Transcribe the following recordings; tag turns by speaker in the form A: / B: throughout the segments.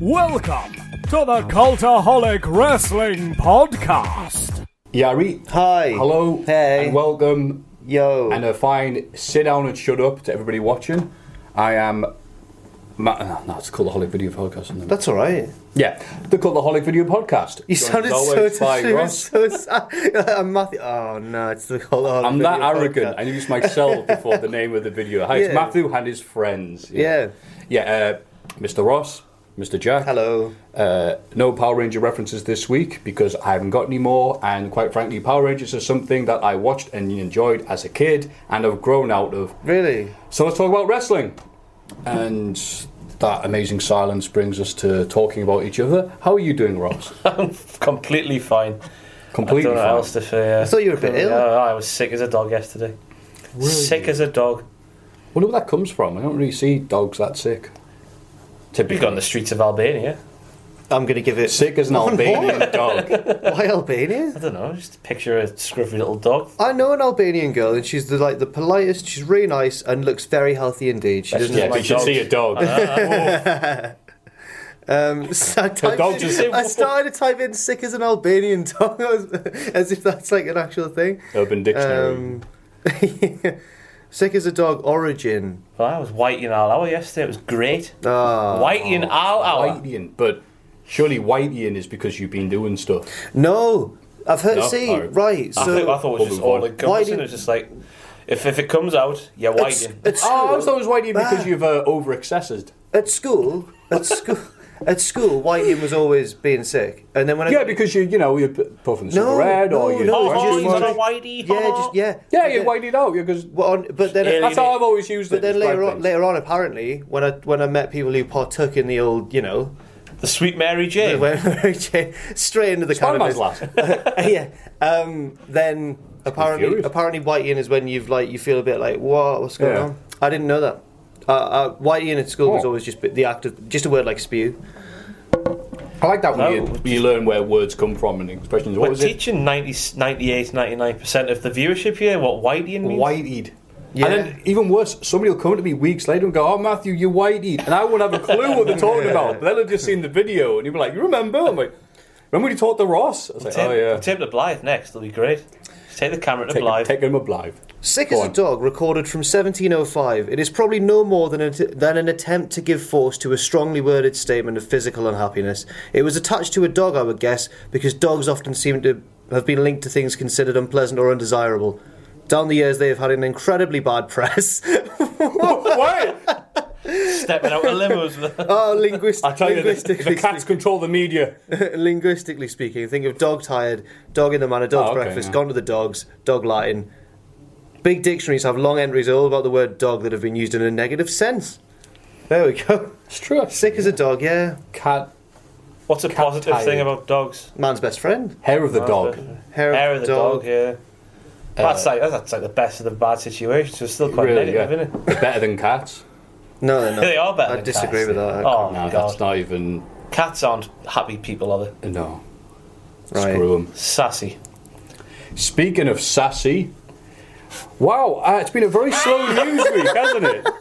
A: Welcome to the Cultaholic Wrestling Podcast.
B: Yari.
C: Hi.
B: Hello.
C: Hey.
B: And welcome.
C: Yo.
B: And a fine sit down and shut up to everybody watching. I am. Ma- uh, no, it's called the Holic Video Podcast. Isn't it?
C: That's all right.
B: yeah, the called the Holic Video Podcast.
C: You
B: Joined
C: sounded
B: as
C: so,
B: always by
C: so,
B: Ross.
C: so sad. I'm Matthew. Oh no, it's the whole whole
B: I'm that
C: video
B: arrogant.
C: podcast.
B: I used myself before the name of the video. Hi, it's
C: Yeah.
B: Matthew and his friends.
C: Yeah.
B: Yeah, uh, Mr. Ross, Mr. Jack.
C: Hello.
B: Uh, no Power Ranger references this week because I haven't got any more, and quite frankly, Power Rangers is something that I watched and enjoyed as a kid and have grown out of.
C: Really?
B: So let's talk about wrestling. And that amazing silence brings us to talking about each other. How are you doing, Ross?
D: I'm completely fine.
B: Completely
D: I don't know
B: fine.
D: what else to say. I
C: thought you were a bit ill.
D: I was sick as a dog yesterday. Sick as a dog.
B: wonder where that comes from. I don't really see dogs that sick.
D: Typical on the streets of Albania.
C: I'm gonna give it.
B: Sick as an
C: Oh,
B: Albanian dog.
C: Why Albania?
D: I don't know. Just picture a scruffy little dog.
C: I know an Albanian girl, and she's the, like the politest. She's really nice and looks very healthy indeed. She doesn't
B: Yeah,
C: like Uh,
B: you should see a dog.
C: Um, so I, typed
B: dog
C: in-
B: just said,
C: I started to type in "sick as an Albanian dog" as if that's like an actual thing.
B: Urban Dictionary.
C: Um, Sick as a dog origin.
D: Well, I was whiting all hour yesterday. It was great.
C: Ah.
D: whiting all hour.
C: uh.
B: Whiteian, but surely Whiteian is because you've been doing stuff.
C: No, I've heard.
B: No,
C: see,
B: no.
C: right. So
D: I, think, I thought it was just all
B: Whiting-
D: encompassing. It was just like, if, if it comes out, you're
C: It's-
D: whiting.
C: it's-
B: Oh, I always thought it was Whiteian because
C: Ah.
B: you've uh, over accessed.
C: at school, at school, at school, Whitey was always being sick, and then when I
B: Yeah, because you you know you're p- puffing a
C: No,
B: cigarette or
C: no,
B: you're
C: no,
B: drinking.
D: Oh,
C: just
D: he's not
C: like-
D: a whitey.
C: yeah, just yeah,
B: yeah,
C: But
B: you're
C: then-
B: whiting out because
C: Well, on, but then
B: that's how I've always used it.
C: but then
B: to describe
C: later on,
B: things.
C: later on, apparently, when I when I met people who partook in the old, you know,
D: The sweet Mary Jane.
C: when- straight into the
B: Spider-Man's
C: cannabis.
B: laugh.
C: yeah. Um, then apparently,
B: confused.
C: apparently, whiting is when you've like you feel a bit like what what's going
B: Yeah.
C: on. I didn't know that. Uh, uh, whiting at school was
B: Oh.
C: always just the act of just a word like spew.
B: I like that when
D: No,
B: you,
D: it's-
B: you learn where words come from and expressions. What
D: We're
B: was it?
D: teaching 90, 98, 99% of the viewership here what whiting means.
B: Whiteyed.
C: Yeah.
B: And then even worse, somebody will come to me weeks later and go, "Oh, Matthew, you whiteyed," and I won't have a clue what they're talking about. But they'll have just seen the video and you'll be like, "You remember?" I'm like, "Remember when you talked to Ross?" I was like,
D: Take,
B: "Oh yeah."
D: take him to Blythe next. It'll be great. Just take the camera to
B: Take,
D: Blythe.
B: take him up live.
C: Sick
B: Go
C: as a
B: on.
C: dog, recorded from 1705. It is probably no more than, a, than an attempt to give force to a strongly worded statement of physical unhappiness. It was attached to a dog, I would guess, because dogs often seem to have been linked to things considered unpleasant or undesirable. Down the years, they have had an incredibly bad press.
B: Wait,
D: Stepping out of limos. With a-
C: oh, linguist-
B: I tell you, the,
C: linguistically,
B: the cats control the media.
C: spe- linguistically speaking, think of dog tired, dog in the manor, dog's
B: Oh, okay,
C: breakfast,
B: yeah.
C: gone to the dogs, dog Latin. Big dictionaries have long entries all about the word dog that have been used in a negative sense. There we go.
B: It's true.
C: Sick as a dog, yeah.
B: cat
D: What's a positive
B: tired.
D: thing about dogs?
C: Man's best friend.
B: hair of the dog.
C: Hair,
D: Hair of the dog, yeah. that's, like, that's, that's like the best of the bad situations. So it's still quite
B: Uh, Really,
D: negative,
B: yeah.
D: isn't it?
B: They're better than cats.
C: No, they're not.
D: They are better
C: I
D: than
C: disagree
D: cats.
C: with that.
D: Oh,
B: No,
D: my
B: that's
D: God.
B: not even.
D: Cats aren't happy people, are they?
B: No,
C: Right.
B: screw them.
D: Sassy.
B: Speaking of sassy, wow, uh, it's been a very slow news week, hasn't it?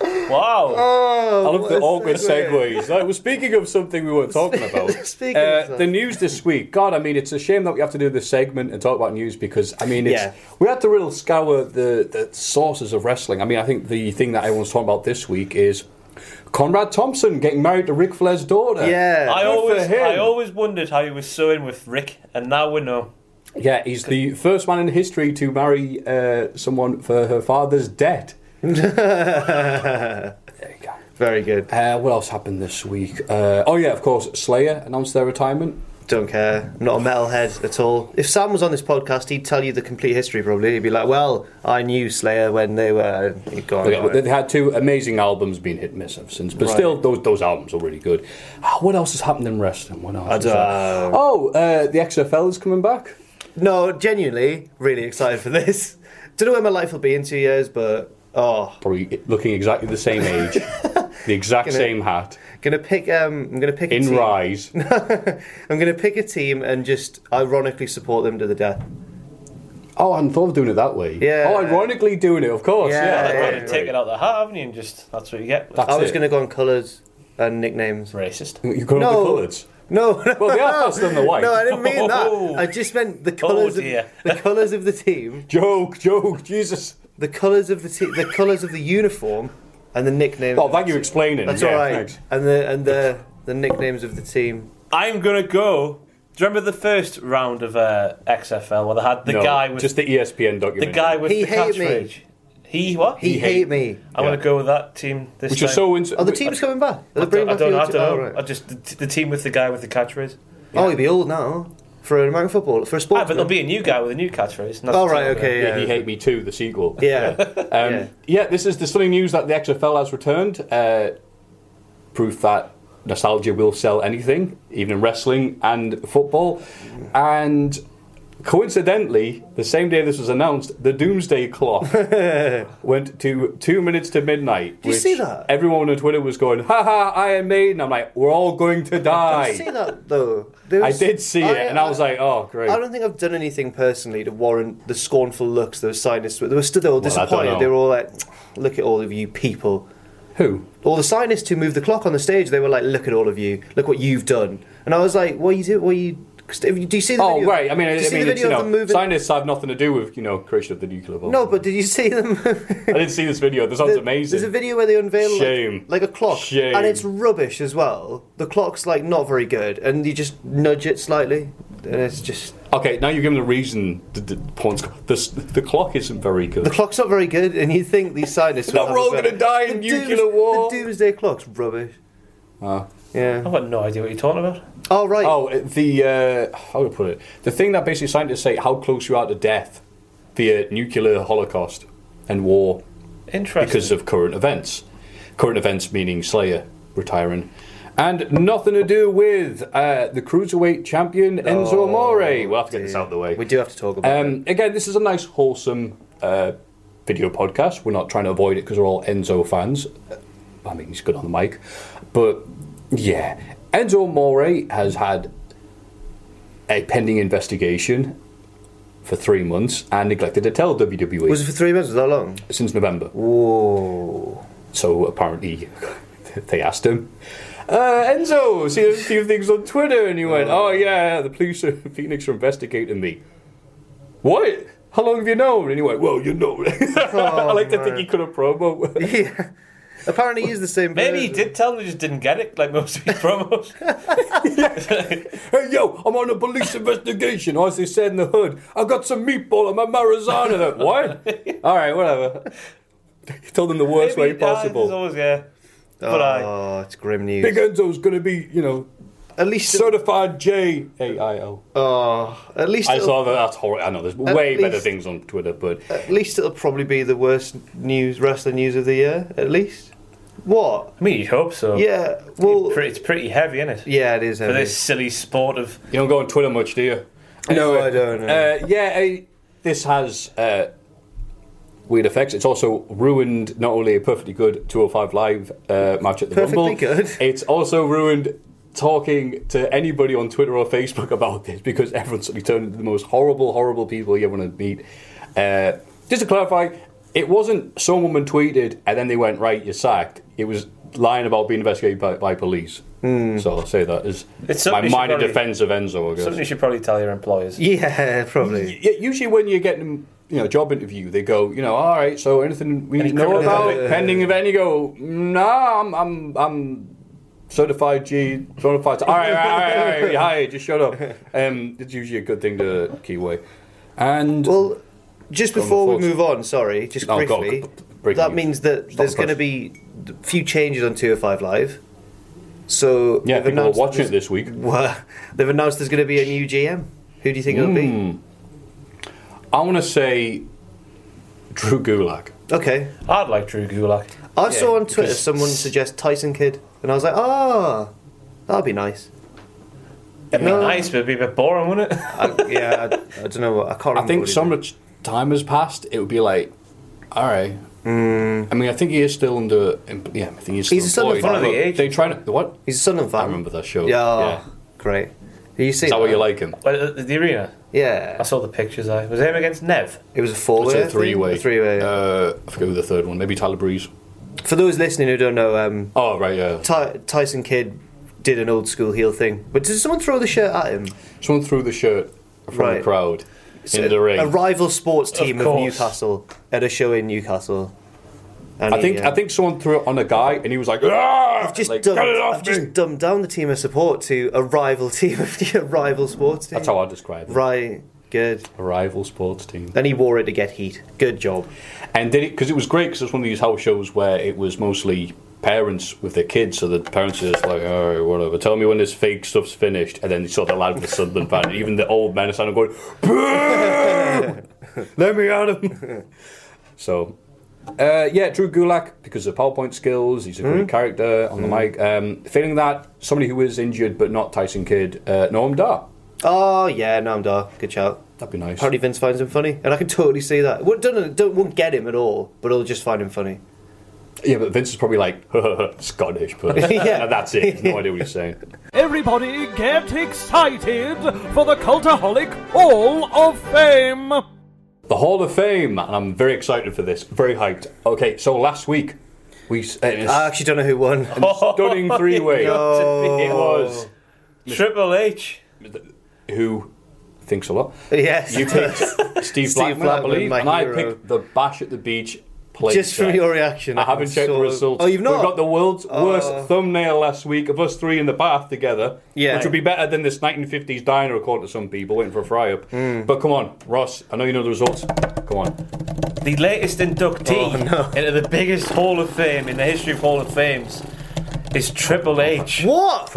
D: Wow.
B: I love the
C: Oh, what a
B: awkward
C: segue.
B: segues. Like, well, speaking of something we weren't talking about,
C: Speaking
B: uh,
C: of that.
B: the news this week. God, I mean, it's a shame that we have to do this segment and talk about news because I mean, it's,
C: Yeah.
B: we had to really scour the, the sources of wrestling. I mean, I think the thing that everyone's talking about this week is Conrad Thompson getting married to Ric Flair's daughter.
C: Yeah.
D: I
B: Good for
D: always,
B: him.
D: I always wondered how he was so in with Rick, and now we know.
B: Yeah, he's the first man in history to marry uh, someone for her father's debt. There you go.
C: Very good.
B: Uh, what else happened this week? Uh, oh yeah, of course, Slayer announced their retirement.
C: Don't care. I'm not a metalhead at all. If Sam was on this podcast, he'd tell you the complete history probably. He'd be like, well, I knew Slayer when they were uh, gone.
B: They, they had two amazing albums being hit and miss ever since, but
C: Right.
B: still, those those albums are really good. Ah, what else has happened in wrestling? What else?
C: I
B: is
C: don't
B: there?
C: know.
B: Oh, uh, the XFL is coming back.
C: No, genuinely, really excited for this. Don't know where my life will be in two years, but oh,
B: Probably looking exactly the same age, the exact
C: Gonna-
B: same hat
C: gonna pick. Um, I'm gonna pick. A
B: in
C: team.
B: rise.
C: I'm gonna pick a team and just ironically support them to the death.
B: Oh, I hadn't thought of doing it that way.
C: Yeah.
B: Oh, ironically doing it, of course.
C: Yeah,
B: Yeah.
C: yeah,
B: right,
C: yeah.
B: right.
D: Take it out the hat, haven't you? And just that's what you get.
B: That's
C: I was
B: it.
C: gonna go on colours and nicknames.
D: racist.
B: You couldn't
C: No.
B: the colours.
C: No, no,
B: Well, they are faster than the white. Oh,
C: no, I didn't mean
D: Oh.
C: that. I just meant the colours. of,
D: dear.
C: the colours of the team,
B: Joke, joke, Jesus.
C: the colours of the te- the colours of the uniform, and the nicknames.
B: Oh,
C: of the
B: thank you for
C: team.
B: explaining.
C: That's
B: yeah,
C: all right.
B: thanks.
C: And the and the the nicknames of the team.
D: I'm gonna go. Do you remember the first round of uh, XFL where they had the
B: No,
D: guy with
B: just the E ESPN
D: the
B: documentary.
D: guy with
C: He
D: the
C: hate me.
D: catchphrase? He what?
C: He, hate, me.
D: I'm
B: Yeah.
D: gonna go with that team this
B: which
D: time.
B: is so ins-
C: Oh, the team's coming back. They're
D: I don't,
C: bringing
D: I
C: back the
D: don't, I
C: old
D: don't
C: team.
D: know.
C: Oh, right.
D: I just the, the team with the guy with the catchphrase.
C: Oh, he'd be old now for an American football for a
D: Ah,
C: sport.
D: but there'll be a new guy with a new catchphrase. and that's
C: Oh
D: the
C: right,
D: team.
C: okay,
B: Yeah,
C: yeah.
B: He Hate Me Too, the sequel.
C: Yeah.
B: Um,
C: Yeah.
B: yeah. this is the stunning news that the XFL has returned. Uh, proof that nostalgia will sell anything, even in wrestling and football. And coincidentally, the same day this was announced, the Doomsday Clock went to two minutes to midnight.
C: Did you
B: which
C: see that?
B: Everyone on Twitter was going, "Ha ha, Iron Maiden!" I'm like, "We're all going to
C: I
B: die."
C: see that though. There
B: I
C: was-
B: did see it, and I was like, "Oh, great!"
C: I don't think I've done anything personally to warrant the scornful looks those scientists were. They were stood there all
B: I don't
C: disappointed.
B: know.
C: They were all like, "Look at all of you people."
B: Who?
C: All the scientists who moved the clock on the stage, they were like, "Look at all of you! Look what you've done!" And I was like, "What you do? What you?" 'cause if you- Do you see the
B: Oh,
C: video?
B: right. I mean,
C: do
B: I,
C: you
B: I
C: see
B: mean,
C: the
B: it's, you
C: video of them
B: know,
C: moving?
B: scientists have nothing to do with you know creation of the nuclear bomb.
C: no, but did you see them?
B: I didn't see this video. This sounds amazing.
C: There's a video where they unveil like-
B: Shame.
C: Like, a clock,
B: Shame.
C: and it's rubbish as well. The clock's like not very good, and you just nudge it slightly, and it's just
B: Okay, now you're giving the reason the, the points. This the clock isn't very good.
C: the clock's not very good. And you think these scientists?
B: No,
C: will have
B: we're
C: it
B: all gonna
C: better.
B: die in
C: The
B: nuclear
C: dooms-
B: war.
C: The doomsday clock's rubbish.
D: I've
C: Yeah.
D: got no idea what you're talking about.
C: Oh right.
B: Oh, uh, the uh, how do I put it? The thing that basically scientists say how close you are to death via nuclear holocaust and war
D: Interesting.
B: because of current events. Current events meaning Slayer retiring. And nothing to do with uh, the cruiserweight champion Enzo Amore. We'll have to get this out of the way.
C: Oh, We do have to talk about. it.
B: Um, again, this is a nice, wholesome uh, video podcast. We're not trying to avoid it because we're all Enzo fans. Uh, I mean, he's good on the mic. But yeah, Enzo More has had a pending investigation for three months and neglected to tell WWE
C: Was it for three months? Was that long?
B: since November.
C: Whoa.
B: So apparently, they asked him, uh, Enzo, see a few things on Twitter, and he went, Oh yeah, the police in Phoenix are investigating me. What? How long have you known? And he went, Well, you know. I like to think he could have promo.
C: Yeah. Apparently, he's the same.
D: Maybe he
C: person.
D: did tell me, just didn't get it, like most of his promos.
B: hey yo, I'm on a police investigation, or as they said in the hood, I got some meatball and my marijuana. Like, what? All right, whatever. He told them the worst
D: Maybe,
B: way
D: ah, there's
B: possible.
D: always, yeah. But I.
C: Oh, it's grim news.
B: Big Enzo's gonna be, you know,
C: at least,
B: certified J A I L.
C: oh, at least,
B: I
C: it'll,
B: saw that. That's horrible. I know there's way better
C: least-
B: things on Twitter, but
C: at least it'll probably be the worst news wrestling news of the year. At least, what?
D: I mean, you'd hope so.
C: Yeah. Well,
D: Pretty- It's pretty heavy, isn't it?
C: yeah, it is.
D: For
C: heavy.
D: this silly sport of
B: you don't go on Twitter much, do you?
C: No, I don't, no.
B: Uh, yeah, I, this has uh, weird effects. It's also ruined not only a perfectly good 205 Live uh, match at the
C: Perfectly
B: Rumble.
C: good.
B: It's also ruined talking to anybody on Twitter or Facebook about this because everyone's suddenly turned into the most horrible, horrible people you ever want to meet. Uh, just to clarify, it wasn't some woman tweeted and then they went, right, you're sacked. It was lying about being investigated by, by police.
C: Hmm.
B: So I'll say that is
D: It's
B: my
D: something you should
B: minor
D: probably-
B: defence of Enzo, I guess.
D: something you should probably tell your employers.
C: Yeah, probably.
B: Yeah, usually when you're getting you know job interview, they go, you know, all right, so anything we
D: Any
B: need to know
D: criminal
B: about
D: convict?
B: pending event? You go, nah, I'm I'm I'm certified G, certified. All right, all right, all right, all right, you're hired, just shut up. Um, it's usually a good thing to key away. And
C: Well, just
B: Go on,
C: before we
B: thoughts.
C: move on, sorry, just
B: Oh, go on,
C: briefly.
B: b- b- breaking
C: that
B: news.
C: means that
B: Stop
C: there's
B: the
C: going to
B: press.
C: be a few changes on 205 Live. So
B: Yeah,
C: they've
B: people are
C: announced
B: watching
C: there's-
B: it this week.
C: Well, they've announced there's going to be a new GM. Who do you think it'll
B: Mm.
C: be?
B: I want to say Drew Gulak.
C: Okay.
D: I'd like Drew Gulak.
C: I saw on Twitter
B: because-
C: someone suggest Tyson Kidd, and I was like, ah, that'd be nice.
D: It'd
C: No.
D: be nice, but it'd be a bit boring, wouldn't it?
C: I, yeah, I, I don't know. What, I can't. Remember
B: I think
C: what he
B: so
C: did.
B: much time has passed. It would be like, all right. I mean, I think he is still under. em- Yeah, I think he's still
C: He's still in
B: employed.
C: front of
D: the
B: But
D: agent.
B: They try to what?
C: He's a son of Van.
B: I remember that show.
C: Yeah,
B: Yeah.
C: great. Did you see
B: Is that what you like him?
D: But uh, the arena. I
C: Yeah,
D: saw the pictures. I was it him against Nev.
C: it was a
B: It's
C: four-way. Oh, I
B: a
C: think?
B: three-way.
C: A three-way. yeah.
B: Uh, I forget who the third one. Maybe Tyler Breeze.
C: For those listening who don't know, um,
B: Oh right, yeah.
C: Ty- Tyson Kidd did an old school heel thing. But did someone throw the shirt at him?
B: Someone threw the shirt from the
C: Right.
B: crowd
C: a,
B: in the ring.
C: A rival sports team of,
D: course.
C: Newcastle at a show in Newcastle. And
B: I
C: he,
B: think
C: uh,
B: I think someone threw it on a guy, and he was like, "Ah!"
C: I've just
B: like,
C: dumbed,
B: "Get it off
C: I've
B: me!"
C: just dumbed down the team of support to a rival team of a rival sports team.
B: That's how I describe it.
C: Right, good.
B: A rival sports team.
C: Then he wore it to get heat. Good job.
B: And did it because it was great because it was one of these house shows where it was mostly parents with their kids, so the parents are just like, all right, whatever. Tell me when this fake stuff's finished, and then you saw the lad with the Sunderland fan, even the old man is going, "Boo! let me at him. so. Uh, yeah, Drew Gulak because of PowerPoint skills. He's a great character on the mic. Um, failing that, somebody who is injured but not Tyson Kidd, uh, Norm Dar.
C: Oh yeah, Nam Dar, good shout.
B: That'd be nice.
C: Apparently Vince finds him funny, and I can totally see that. Well, don't, don't won't get him at all, but he'll just find him funny.
B: Yeah, but Vince is probably like Scottish, but
C: Yeah.
B: that's it. He's no idea what he's saying.
A: Everybody get excited for the Cultaholic Hall of Fame!
B: The Hall of Fame, and I'm very excited for this. Very hyped. Okay, so last week we s- in a
C: I actually don't know who won.
B: stunning three way. It was
D: Triple H.
B: who thinks a lot.
C: yes,
B: You picked Steve, Blackman, I
C: Blackman,
B: believe,
C: my
B: and I
C: hero.
B: picked the Bash at the Beach. Play
C: Just from
B: check.
C: your reaction,
B: I
C: I
B: haven't
C: was
B: checked the
C: sort of-
B: results.
C: Oh, you've
B: We
C: not?
B: got the world's
C: Oh.
B: worst thumbnail last week of us three in the bath together,
C: Yeah.
B: which would be better than this 1950s diner, according to some people, waiting for a fry up.
C: Hmm.
B: But come on, Ross, I know you know the results. Come on.
D: The latest inductee
B: Oh,
D: into the biggest Hall of Fame in the history of Hall of Fames is Triple H.
C: What?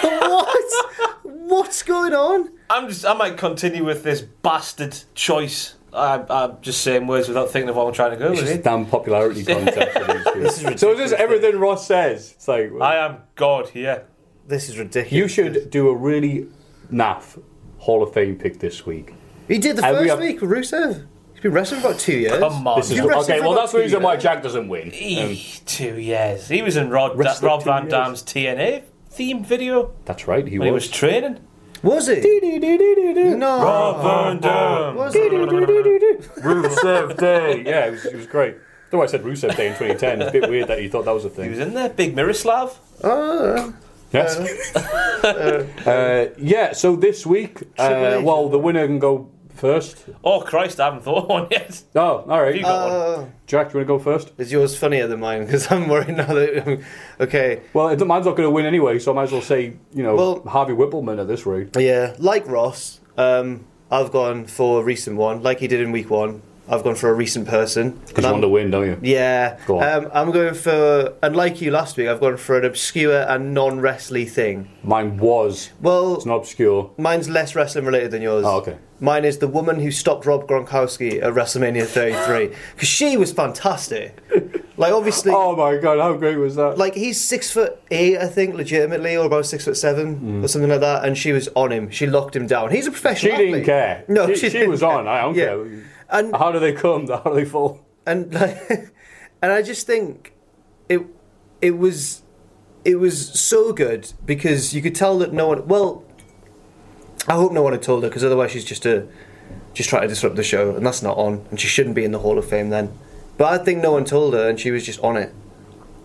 C: what? What's going on?
D: I'm just, I might continue with this bastard choice. I, I'm just saying words without thinking of what I'm trying to go
B: It's
D: with.
B: just a
D: here.
B: damn popularity contest. for these two. so it's just everything Ross says. It's like
D: I am God here.
C: This is ridiculous.
B: you should do a really naff Hall of Fame pick this week.
C: He did the
B: And we
C: first
B: have-
C: week with Rusev. He's been wrestling for about two years.
D: Come on.
B: This is
C: Oh, You wrestled
B: okay.
C: for
B: Well,
C: about
B: that's the
C: two
B: reason why
C: years.
B: Jack doesn't win. Um,
D: Eek, two years. He was in Rod,
B: Wrestled
D: Rob
B: two
D: Van
B: years.
D: Damme's TNA theme video
B: that's right. He
D: when he
B: was.
D: was training.
C: Was he? No.
D: Van Dam.
C: Was he?
B: Rusev Day. Yeah, it was, it was great. Though I said Rusev Day in 2010. It's a bit weird that you thought that was a
D: He was
B: thing.
D: in there. Big Miroslav.
C: Oh,
B: Yes. uh, yeah. So this week,
C: Triple
B: uh,
C: H.
B: well, the winner can go first.
D: Oh, Christ, I haven't thought of one yet.
B: Oh, all right.
D: You got one.
C: Uh,
B: Jack, do you want to go first?
C: is yours funnier than mine? Because I'm worried now that. okay.
B: Well, it- mine's not going to win anyway, so I might as well say, you know,
C: Well-
B: Harvey Whippleman at this rate.
C: Yeah, like Ross, um, I've gone for a recent one, like he did in week one. I've gone for a recent person.
B: Because
C: And
B: you
C: I'm-
B: want to win, don't you?
C: Yeah,
B: Go on.
C: um, I'm going for, and like you last week, I've gone for an obscure and non wrestling thing.
B: Mine was.
C: Well,
B: It's not obscure.
C: mine's less wrestling related than yours.
B: Oh, okay.
C: Mine is the woman who stopped Rob Gronkowski at WrestleMania 33 because she was fantastic. Like obviously,
B: Oh my god, how great was that?
C: like he's six foot eight, I think, legitimately, or about six foot seven or something like that, and she was on him. She locked him down. He's a
B: Mm. she
C: professional.
B: didn't
C: athlete.
B: care.
C: No,
B: she,
C: she,
B: she
C: didn't
B: was
C: care.
B: on. I don't
C: Yeah.
B: care.
C: And
B: How do they come? How do they fall?
C: and like, and I just think it it was it was so good because you could tell that no one. Well, I hope no one had told her because otherwise she's just a just trying to disrupt the show, and that's not on, and she shouldn't be in the Hall of Fame then. But I think no one told her, and she was just on it,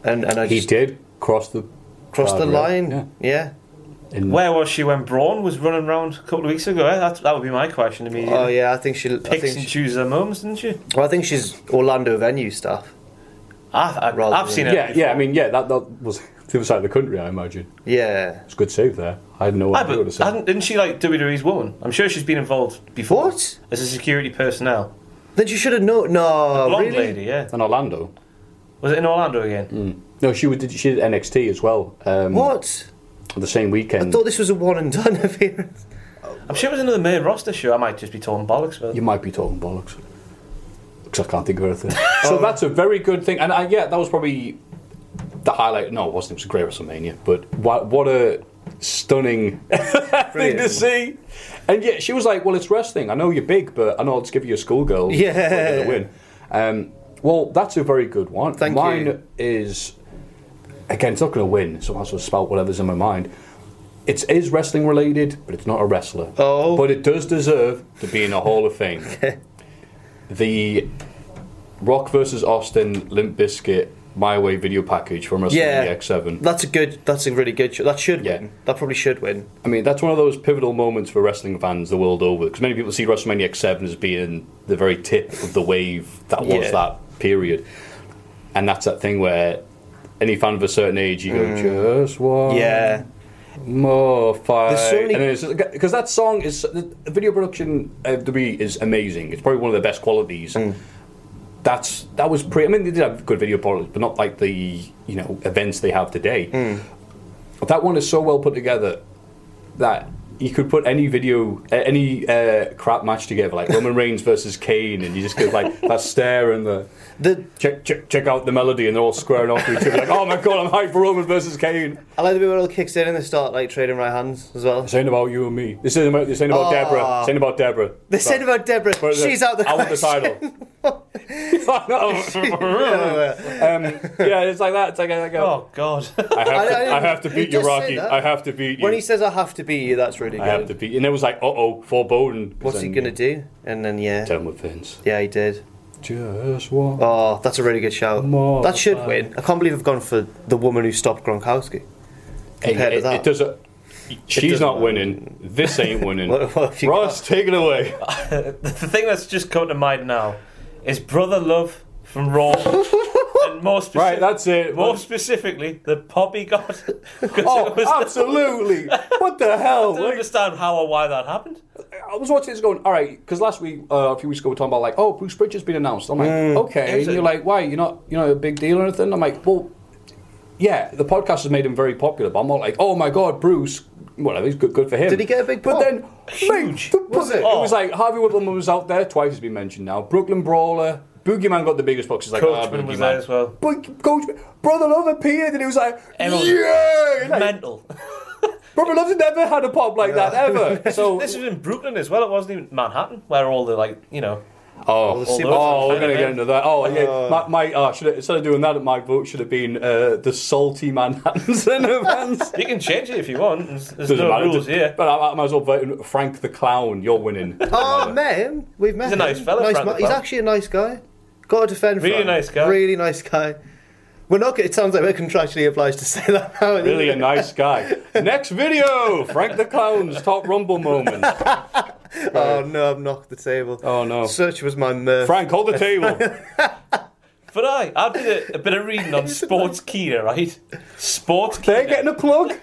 C: and and I
B: He
C: just
B: did cross the
C: crossed the
B: guardrail.
C: line.
B: Yeah.
C: yeah.
B: In-
D: Where was she when Braun was running around a couple of weeks ago? Eh? That, that would be my question immediately.
C: Oh yeah, I think she. I
D: Picks
C: think
D: and
C: she,
D: chooses her moments, didn't she?
C: well, I think she's Orlando venue stuff.
D: I, I,
C: Rather
D: I've
C: than-
D: seen it.
B: yeah,
D: before.
B: yeah. I mean, yeah. That that was the other side of the country, I imagine.
C: Yeah.
B: It's a good save there. I had no
D: Aye,
B: idea what to
D: Ah, but
B: say.
D: hadn't, didn't she like WWE's woman? I'm sure she's been involved before.
C: What?
D: As a security personnel.
C: Then she should have known. No,
D: Blonde
C: Oh, really. Hmm.
D: lady, yeah.
B: In Orlando,
D: Was it in Orlando again?
B: No, she did. She did NXT as well. Um,
C: What?
B: The same
C: I
B: weekend.
C: thought this was a one and done appearance.
D: I'm sure it was another main roster show. I might just be talking bollocks, but
B: You might be talking bollocks. Because I can't think of anything.
C: Oh.
B: so that's a very good thing. And I, yeah, that was probably the highlight. No, it wasn't. It was a great WrestleMania. But what, what a stunning thing to
C: Brilliant.
B: see. And yeah, she was like, well, it's wrestling. I know you're big, but I know it's give you a schoolgirl.
C: Yeah.
B: for the win. Um, well, that's a very good one.
C: Thank
B: Mine
C: you.
B: is, again, it's not going to win, so I might as well spout whatever's in my mind. It is wrestling related, but it's not a wrestler.
C: Oh.
B: But it does deserve to be in a Hall of Fame. The Rock versus Austin Limp Biscuit My Way video package from WrestleMania
C: Yeah,
B: X7.
C: That's a good. That's a really good. Show. That should
B: Yeah.
C: win. That probably should win.
B: I mean, that's one of those pivotal moments for wrestling fans the world over because many people see WrestleMania X7 as being the very tip of the wave that was
C: Yeah.
B: that period. And that's that thing where any fan of a certain age, you go, just one
C: Mm. Yeah.
B: more fight.
C: There's so many-
B: Because that song is. The video production of WWE is amazing. It's probably one of the best qualities.
C: Mm.
B: That's That was pretty. I mean, they did have good video quality, but not like the you know events they have today.
C: Mm.
B: But that one is so well put together that you could put any video, uh, any uh, crap match together, like Roman Reigns versus Kane, and you just go like that stare and the.
C: The
B: Check, check, check out the melody, and they're all squaring off to each other. Like, oh my god, I'm hyped for Roman versus Kane.
C: I like the way it all kicks in and they start like trading right hands as well.
B: This ain't about you and me. This ain't about, this ain't about Deborah. This ain't about Deborah.
C: They said about Deborah.
B: But
C: Ah.
B: uh,
C: She's out the
B: I want the
C: question.
B: title.
C: Oh,
B: um, yeah, it's like that. It's like, like um,
D: oh god,
B: I, have
C: I-
B: to,
C: I-
B: I, have to
C: he
B: beat you,
C: does say
B: Rocky.
C: that.
B: I have to beat you.
C: When he says "I have to be you," that's really
B: I have
C: good.
B: to beat you. And it was like, uh oh, foreboding. 'cause
C: What's he
B: then
C: gonna
B: you
C: do? And then yeah,
B: Tell him with Vince.
C: yeah, he did.
B: Just one.
C: Oh, that's a really good shout.
B: More
C: that should
B: fun.
C: win. I can't believe I've gone for the woman who stopped Gronkowski.
B: Hey,
C: Compared
B: it,
C: to that,
B: it doesn't. She's
C: doesn't
B: not
C: matter.
B: winning. This ain't winning.
C: What- what have you
B: Ross, take it away.
D: the thing that's just come to mind now is Brother Love from Raw. and more specific,
B: Right, that's it.
D: More specifically, the Poppy God. 'Cause
B: Oh,
D: it was-
B: absolutely. what the hell?
D: I don't
B: Like,
D: understand how or why that happened.
B: I was watching this going, all right, because last week, uh, a few weeks ago, we were talking about like, oh, Bruce Pritchard's been announced. I'm like,
C: Mm.
B: okay. And
D: Is it?
B: you're like, why? You're not, you're not a big deal or anything? I'm like, well, yeah, the podcast has made him very popular, but I'm not like, oh my god, Bruce, whatever, he's good, good for him.
C: Did he get a big
B: But
C: pop?
B: then, huge.
C: Was
B: it?
C: it?
B: was
D: Oh.
B: like Harvey Whippleman was out there twice, has been mentioned now. Brooklyn Brawler, Boogeyman got the biggest box. He's like, ah,
D: Coachman was
B: Boogeyman.
D: there as well.
B: But Coach, brother love appeared, and he was like,
D: Everyone-
B: yeah, like,
D: Mental.
B: brother love's never had a pop like that ever. So
D: This was in Brooklyn as well. It wasn't even Manhattan, where all the like, you know,
B: Oh,
C: the super-
B: oh, we're
D: kind
B: gonna
D: of
B: get
D: it.
B: into that. Oh, yeah. my, my oh, should have, instead of doing that, my vote should have been uh, the salty Manhattans and events.
D: you can change it if you want. There's, there's
B: Doesn't
D: no
B: matter,
D: rules
B: just-
D: here.
B: But I, I might as well vote in Frank the Clown. You're winning.
C: Oh, met him. We've met
D: He's a
C: him.
D: nice fella, Frank
C: ma-
D: the
C: he's
D: Clown.
C: actually a nice guy. Got to defend.
D: Really
C: Frank.
D: nice guy.
C: Really nice guy. We're not. It sounds like we're contractually obliged to say that now.
B: really a nice guy. Next video, Frank the Clown's top rumble moment.
C: Oh no, I've knocked the table.
B: Oh, no.
C: Such was my mirth.
B: Frank, hold the table.
D: But I, I did a, a bit of reading on Sports Keener, right? Sports Keener.
B: They're getting a plug.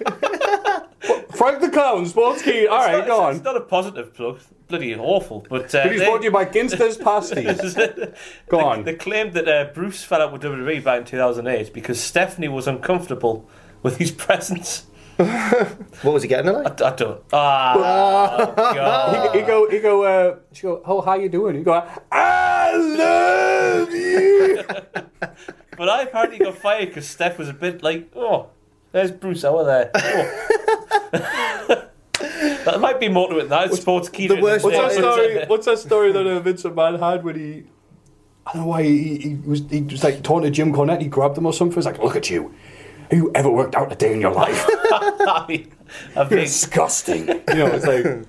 B: Frank the Clown, sports key. All right,
D: it's,
B: go
D: not,
B: on.
D: it's not a positive plug. Bloody awful. But uh,
B: It was
D: they-
B: brought to you by Ginster's Pasties. Go
D: they,
B: on.
D: They claimed that uh, Bruce fell out with WWE back in 2008 because Stephanie was uncomfortable with his presence.
C: What was he getting at?
D: I, I don't. Ah, God.
B: He go, he go, uh, she go, oh, how you doing? He go, I love you.
D: But I apparently got fired because Steph was a bit like, oh, there's Bruce over there. Oh. that might be more to it than that. It's sports key.
C: the worst
B: what's,
C: Yeah,
B: that
C: it's-
B: story, what's that story that uh, Vincent Mann had when he, I don't know why, he, he, was, he was like talking to Jim Cornette, he grabbed him or something. He's like, look at you. Have you ever worked out a day in your life?
D: I
B: You're
D: think.
B: disgusting. You know, it's like,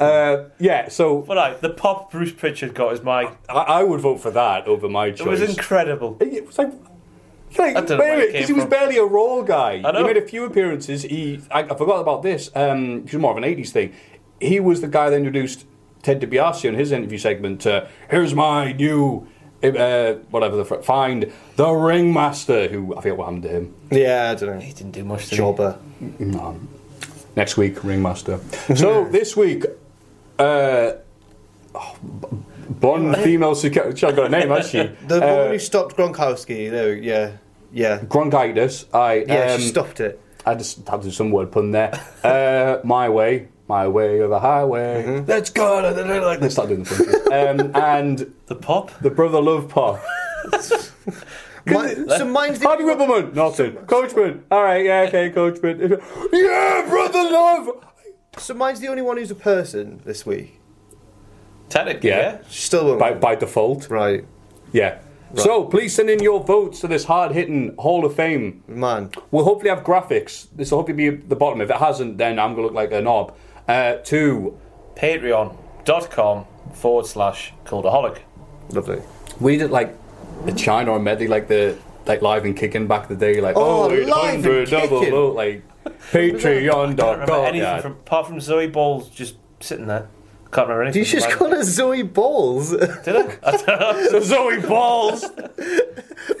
B: uh, yeah, so
D: But I, the pop Bruce Pritchard got is my.
B: I, I would vote for that over my choice.
D: It was incredible.
B: It was like, like
D: I don't
B: wait a
D: know where it
B: minute,
D: came
B: 'cause he was
D: from.
B: barely a role guy.
D: I know.
B: He made a few appearances. He, I, I forgot about this. Um, it was more of an '80s thing. He was the guy that introduced Ted DiBiase in his interview segment. Uh, Here's my new. Uh, whatever the fr- find the ringmaster who I forget what happened to him Um,
C: Yeah, I don't know.
D: He didn't do much to me.
C: Jobber.
B: next week ringmaster so this week uh, oh, B- Blonde female security. I've got a name actually.
C: The
B: Uh,
C: woman who stopped Gronkowski, though, yeah, yeah,
B: Gronkitis. I
C: yeah,
B: um,
C: she stopped it.
B: I just had to do some word pun there. Uh, my way, my way or the highway. Let's go. da, da, da, Like they start doing the thing. um, and
D: The pop?
B: the brother love pop.
C: Mi- so mine's the
B: Hardy Rippleman, Norton, Coachman. All right, yeah, okay, Coachman. Yeah, brother love.
C: so mine's the only one who's a person this week.
D: Technically,
B: Yeah.
D: yeah.
C: She still won't.
B: By by default,
C: Right,
B: yeah. So please send in your votes to this hard-hitting Hall of Fame.
C: man.
B: We'll hopefully have graphics. This will hopefully be at the bottom. If it hasn't, then I'm gonna look like a knob. Uh, to
D: Patreon.com forward slash
C: Oh,
D: Coldaholic.
C: Lovely.
B: we did like a China or medley, like the like live and kicking back the day, like
C: Oh,
B: oh,
C: Live and
B: 800 double
C: Kicking.
B: vote, like
D: Can't remember
B: Patreon.com.
D: anything
B: Yeah.
D: from, apart from Zoe Balls just sitting there. Can't remember anything.
C: You just
D: about
C: call her Zoe Balls.
D: it, did I? I don't know.
B: So Zoe balls.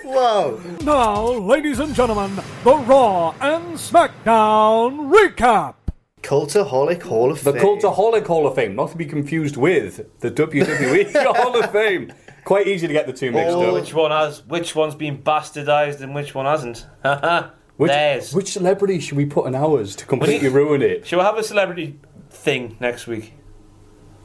C: wow.
A: Now, ladies and gentlemen, the Raw and SmackDown recap.
C: Cultaholic Hall of
B: The
C: Fame.
B: Cultaholic Hall of Fame, not to be confused with the WWE Hall of Fame. Quite easy to get the two mixed
C: Oh,
B: up.
D: Which one has? Which one's been bastardized and which one hasn't? Haha.
B: Which,
D: There's.
B: which celebrity should we put in ours to completely
D: We-
B: ruin it?
D: Shall we have a celebrity thing next week?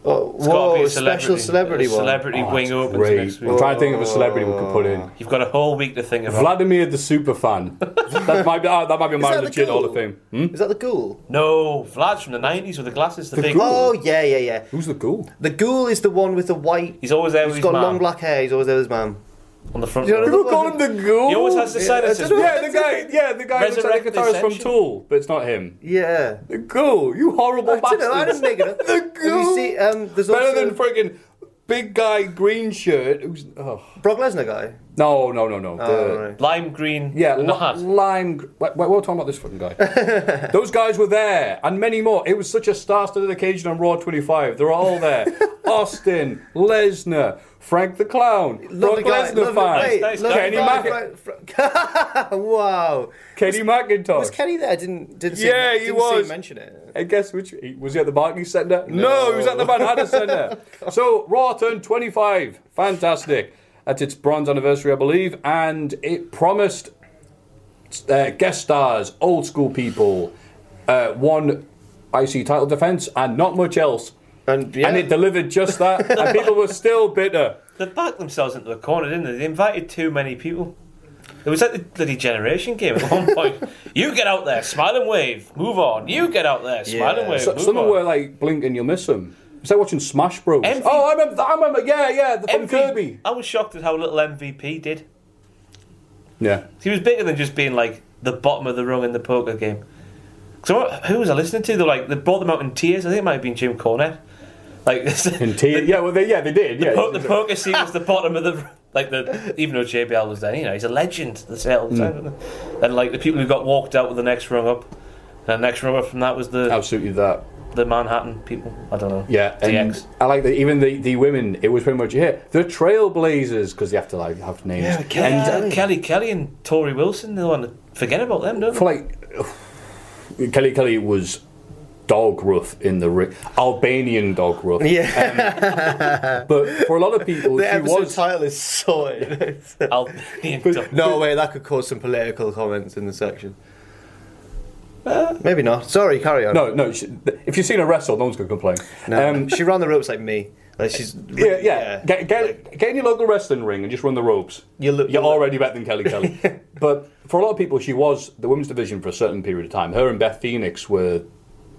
C: Oh,
D: It's gotta
C: whoa, a special celebrity
D: a
C: one.
D: Celebrity wing
B: That's
D: opens
B: Oh, great.
D: next
B: I'm
D: week. Oh.
B: trying to think of a celebrity we could put in.
D: You've got a whole week to think about.
B: Vladimir the Superfan. that might be ah, that might be my
C: that the
B: legit Hall of
C: ghoul?
B: Fame. Hmm?
C: Is that the ghoul?
D: no, Vlad's from the '90s with the glasses, the,
B: The
D: big.
B: ghoul?
C: Oh yeah, yeah, yeah.
B: Who's the ghoul?
C: The ghoul is the one with the white.
D: He's always there with
C: He's
D: his
C: got
D: man.
C: long black hair. He's always there with his man.
D: on the front.
C: You know
D: row.
B: People call him the ghoul.
D: He always has the sinuses.
B: Yeah, the guy. Yeah, the guy who looks like a
D: Resurrect
B: guitarist from
D: Deception.
B: Tool, but it's not him.
C: Yeah.
B: The ghoul. You horrible
C: I don't
B: bastard.
C: know, I didn't make it up.
B: the
C: Have
B: ghoul.
C: you see, um, there's
B: Better
C: also-
B: than freaking big guy green shirt. Who's oh.
C: Brock Lesnar guy.
B: no no no no. the,
C: right.
D: Lime green.
B: Yeah,
D: and the
B: li-
D: hat.
B: lime. gr- Wait, wait, we're talking about this fucking guy. Those guys were there, and many more. It was such a star-studded occasion on Raw 25. They were all there: Austin, Lesnar, Frank the Clown,
C: Lovely
B: Brock
C: guy.
B: Lesnar
C: Lovely,
B: fans,
C: wait,
D: Nice
C: lovely
B: Kenny
C: guy,
B: Mac-
C: right, fr- wow.
B: Kenny McIntosh.
C: Was Kenny there? Didn't didn't see
B: Yeah, he
C: didn't
B: was.
C: See mention it.
B: I guess which he- was he at the Barclays Centre? No, Oh, he was at the Manhattan Centre. so Raw turned 25. Fantastic. That's its bronze anniversary, I believe, and it promised uh, guest stars, old school people, uh, one IC title defense, and not much else.
C: And, yeah.
B: and it delivered just that, and people were still bitter.
D: They backed themselves into a corner, didn't they? They invited too many people. It was like the bloody generation game at one point. you get out there, smile and wave, move on. You get out there, smile
C: Yeah.
D: and wave,
B: So,
D: move
B: some
D: on.
B: were like, blink and you'll miss them. It's like watching Smash Bros.
D: Envy-
B: oh, I remember, that, I remember, yeah, yeah, the from
D: MV
B: Kirby.
D: I was shocked at how little MVP did.
B: Yeah.
D: He was bigger than just being like the bottom of the rung in the poker game. So who was I listening to? They were like they brought them out in tears. I think it might have been Jim Cornette. Like
B: And T- yeah, well, they, yeah, they did. Yeah,
D: po- the poker scene was the bottom of the like the even though JBL was there, you know, he's a legend. That's it
B: Mm.
D: all the time. isn't it? And like the people who got walked out with the next rung up, and the next rung up from that was the
B: absolutely that.
D: the Manhattan people. I don't know.
B: Yeah, and
D: DX.
B: I like that. Even the, the women, it was pretty much yeah, the trailblazers because they have to like have names.
C: Yeah, Kelly
B: and
D: And uh,
C: Kelly.
D: Kelly Kelly and Tori Wilson, they want to forget about them, don't
B: for
D: they?
B: like Kelly Kelly was dog rough in the ring, Albanian dog rough. Um,
C: Yeah,
B: But for a lot of people,
C: the
B: she
C: episode
B: was.
C: title is sorted.
D: Albanian dog.
C: no way, that could cause some political comments in the section. Maybe not. Sorry, carry on.
B: No, no. She, if you've seen her wrestle, no one's gonna complain.
C: No,
B: Um,
C: she ran the ropes like me. Like she's
B: yeah, yeah. Get, get, get in your local wrestling ring and just run the ropes.
C: You look-
B: You're
C: you look-
B: already better than Kelly Kelly. but for a lot of people, she was the women's division for a certain period of time. Her and Beth Phoenix were,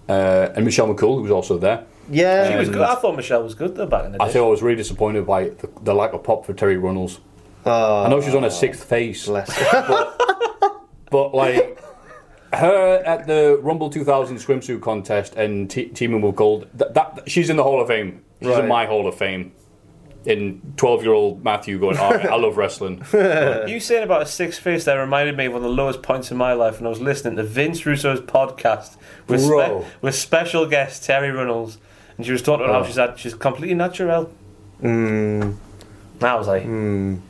B: uh, and Michelle McCool, who was also there. Um,
C: yeah.
D: She was good. I thought Michelle was good though back in the
B: I
D: day.
B: think I was really disappointed by the, the lack of pop for Terry Runnels.
C: Ah.
B: I know she's on her sixth face,
C: Bless
B: but like her at the Rumble 2000 swimsuit contest and te- teaming with Gold, that, that she's in the Hall of Fame. She's
C: Right.
B: in my Hall of Fame. In 12 year old Matthew going, all right, I love wrestling.
D: You saying about a six face there reminded me of one of the lowest points in my life when I was listening to Vince Russo's podcast with,
B: Bro.
D: spe- with special guest Terry Runnels, and she was talking
C: Oh.
D: about how she's had, she's completely natural.
C: Hmm.
D: And I was like, I'm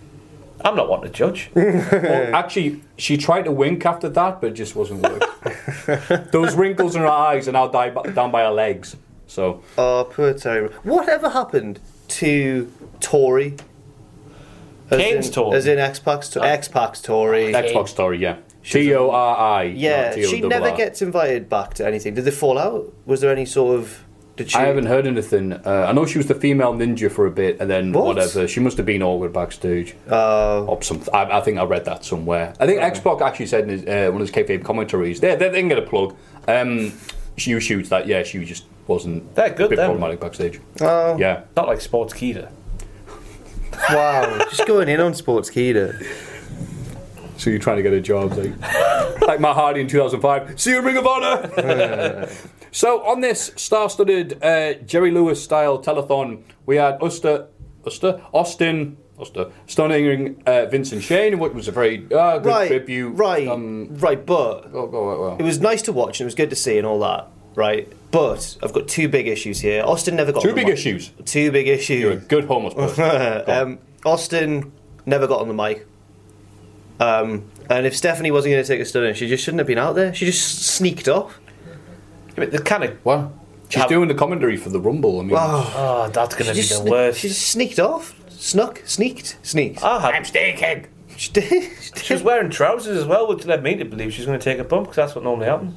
D: not one to judge.
B: Well, actually, she tried to wink after that, but it just wasn't working. Those wrinkles in her eyes are now die down by her legs. So
C: Oh, poor Terry. Whatever happened to Tory. As
D: Kane's
C: in,
D: Tory.
C: As in X-Pac's,
B: Uh,
C: to- X-Pac's Tory.
B: Xbox story, yeah. T O R I. not
C: yeah,
B: T O
C: she
B: double
C: never
B: R.
C: gets invited back to anything. Did they fall out? Was there any sort of... Did she...
B: I haven't heard anything. Uh, I know she was the female ninja for a bit, and then
C: What?
B: whatever. She must have been awkward backstage. Oh. Or something. I, I think I read that somewhere. I think Xbox actually said in his, uh, one of his kayfabe commentaries. They, they, they can get a plug. Um, she was huge. That yeah, she just wasn't.
D: They're good
B: A bit
D: then.
B: problematic backstage. Oh. Yeah.
D: Not like Sports Keeda.
C: Wow, just going in on Sports Keeda.
B: So you're trying to get a job, like, like Matt Hardy in 2005. See you, in Ring of Honor. so on this star-studded uh, Jerry Lewis style telethon, we had Uster, Uster, Austin, Uster, stunning uh, Vincent Shane, what was a very uh, good
C: Right,
B: tribute.
C: right,
B: Um,
C: right, but...
B: oh, go right, well.
C: It was nice to watch and it was good to see and all that, right? But I've got two big issues here. Austin never got
B: Two
C: on the
B: big
C: mic.
B: issues.
C: Two big
B: You're a
C: issues.
B: good homeless person. Go on.
C: Um, Austin never got on the mic. Um, and if Stephanie wasn't going to take a stunner, she just shouldn't have been out there. She just sneaked off.
D: I mean, the kind of
B: what? She's
D: Have-
B: doing the commentary for the Rumble. I mean,
D: oh, that's gonna
C: She
D: be
C: just,
D: the
C: sne-
D: worst.
C: she just sneaked off. Snuck, sneaked, sneaked.
D: I had-
B: stinking.
C: She did.
D: she was wearing trousers as well, which led me to believe she's going to take a bump because that's what normally happens.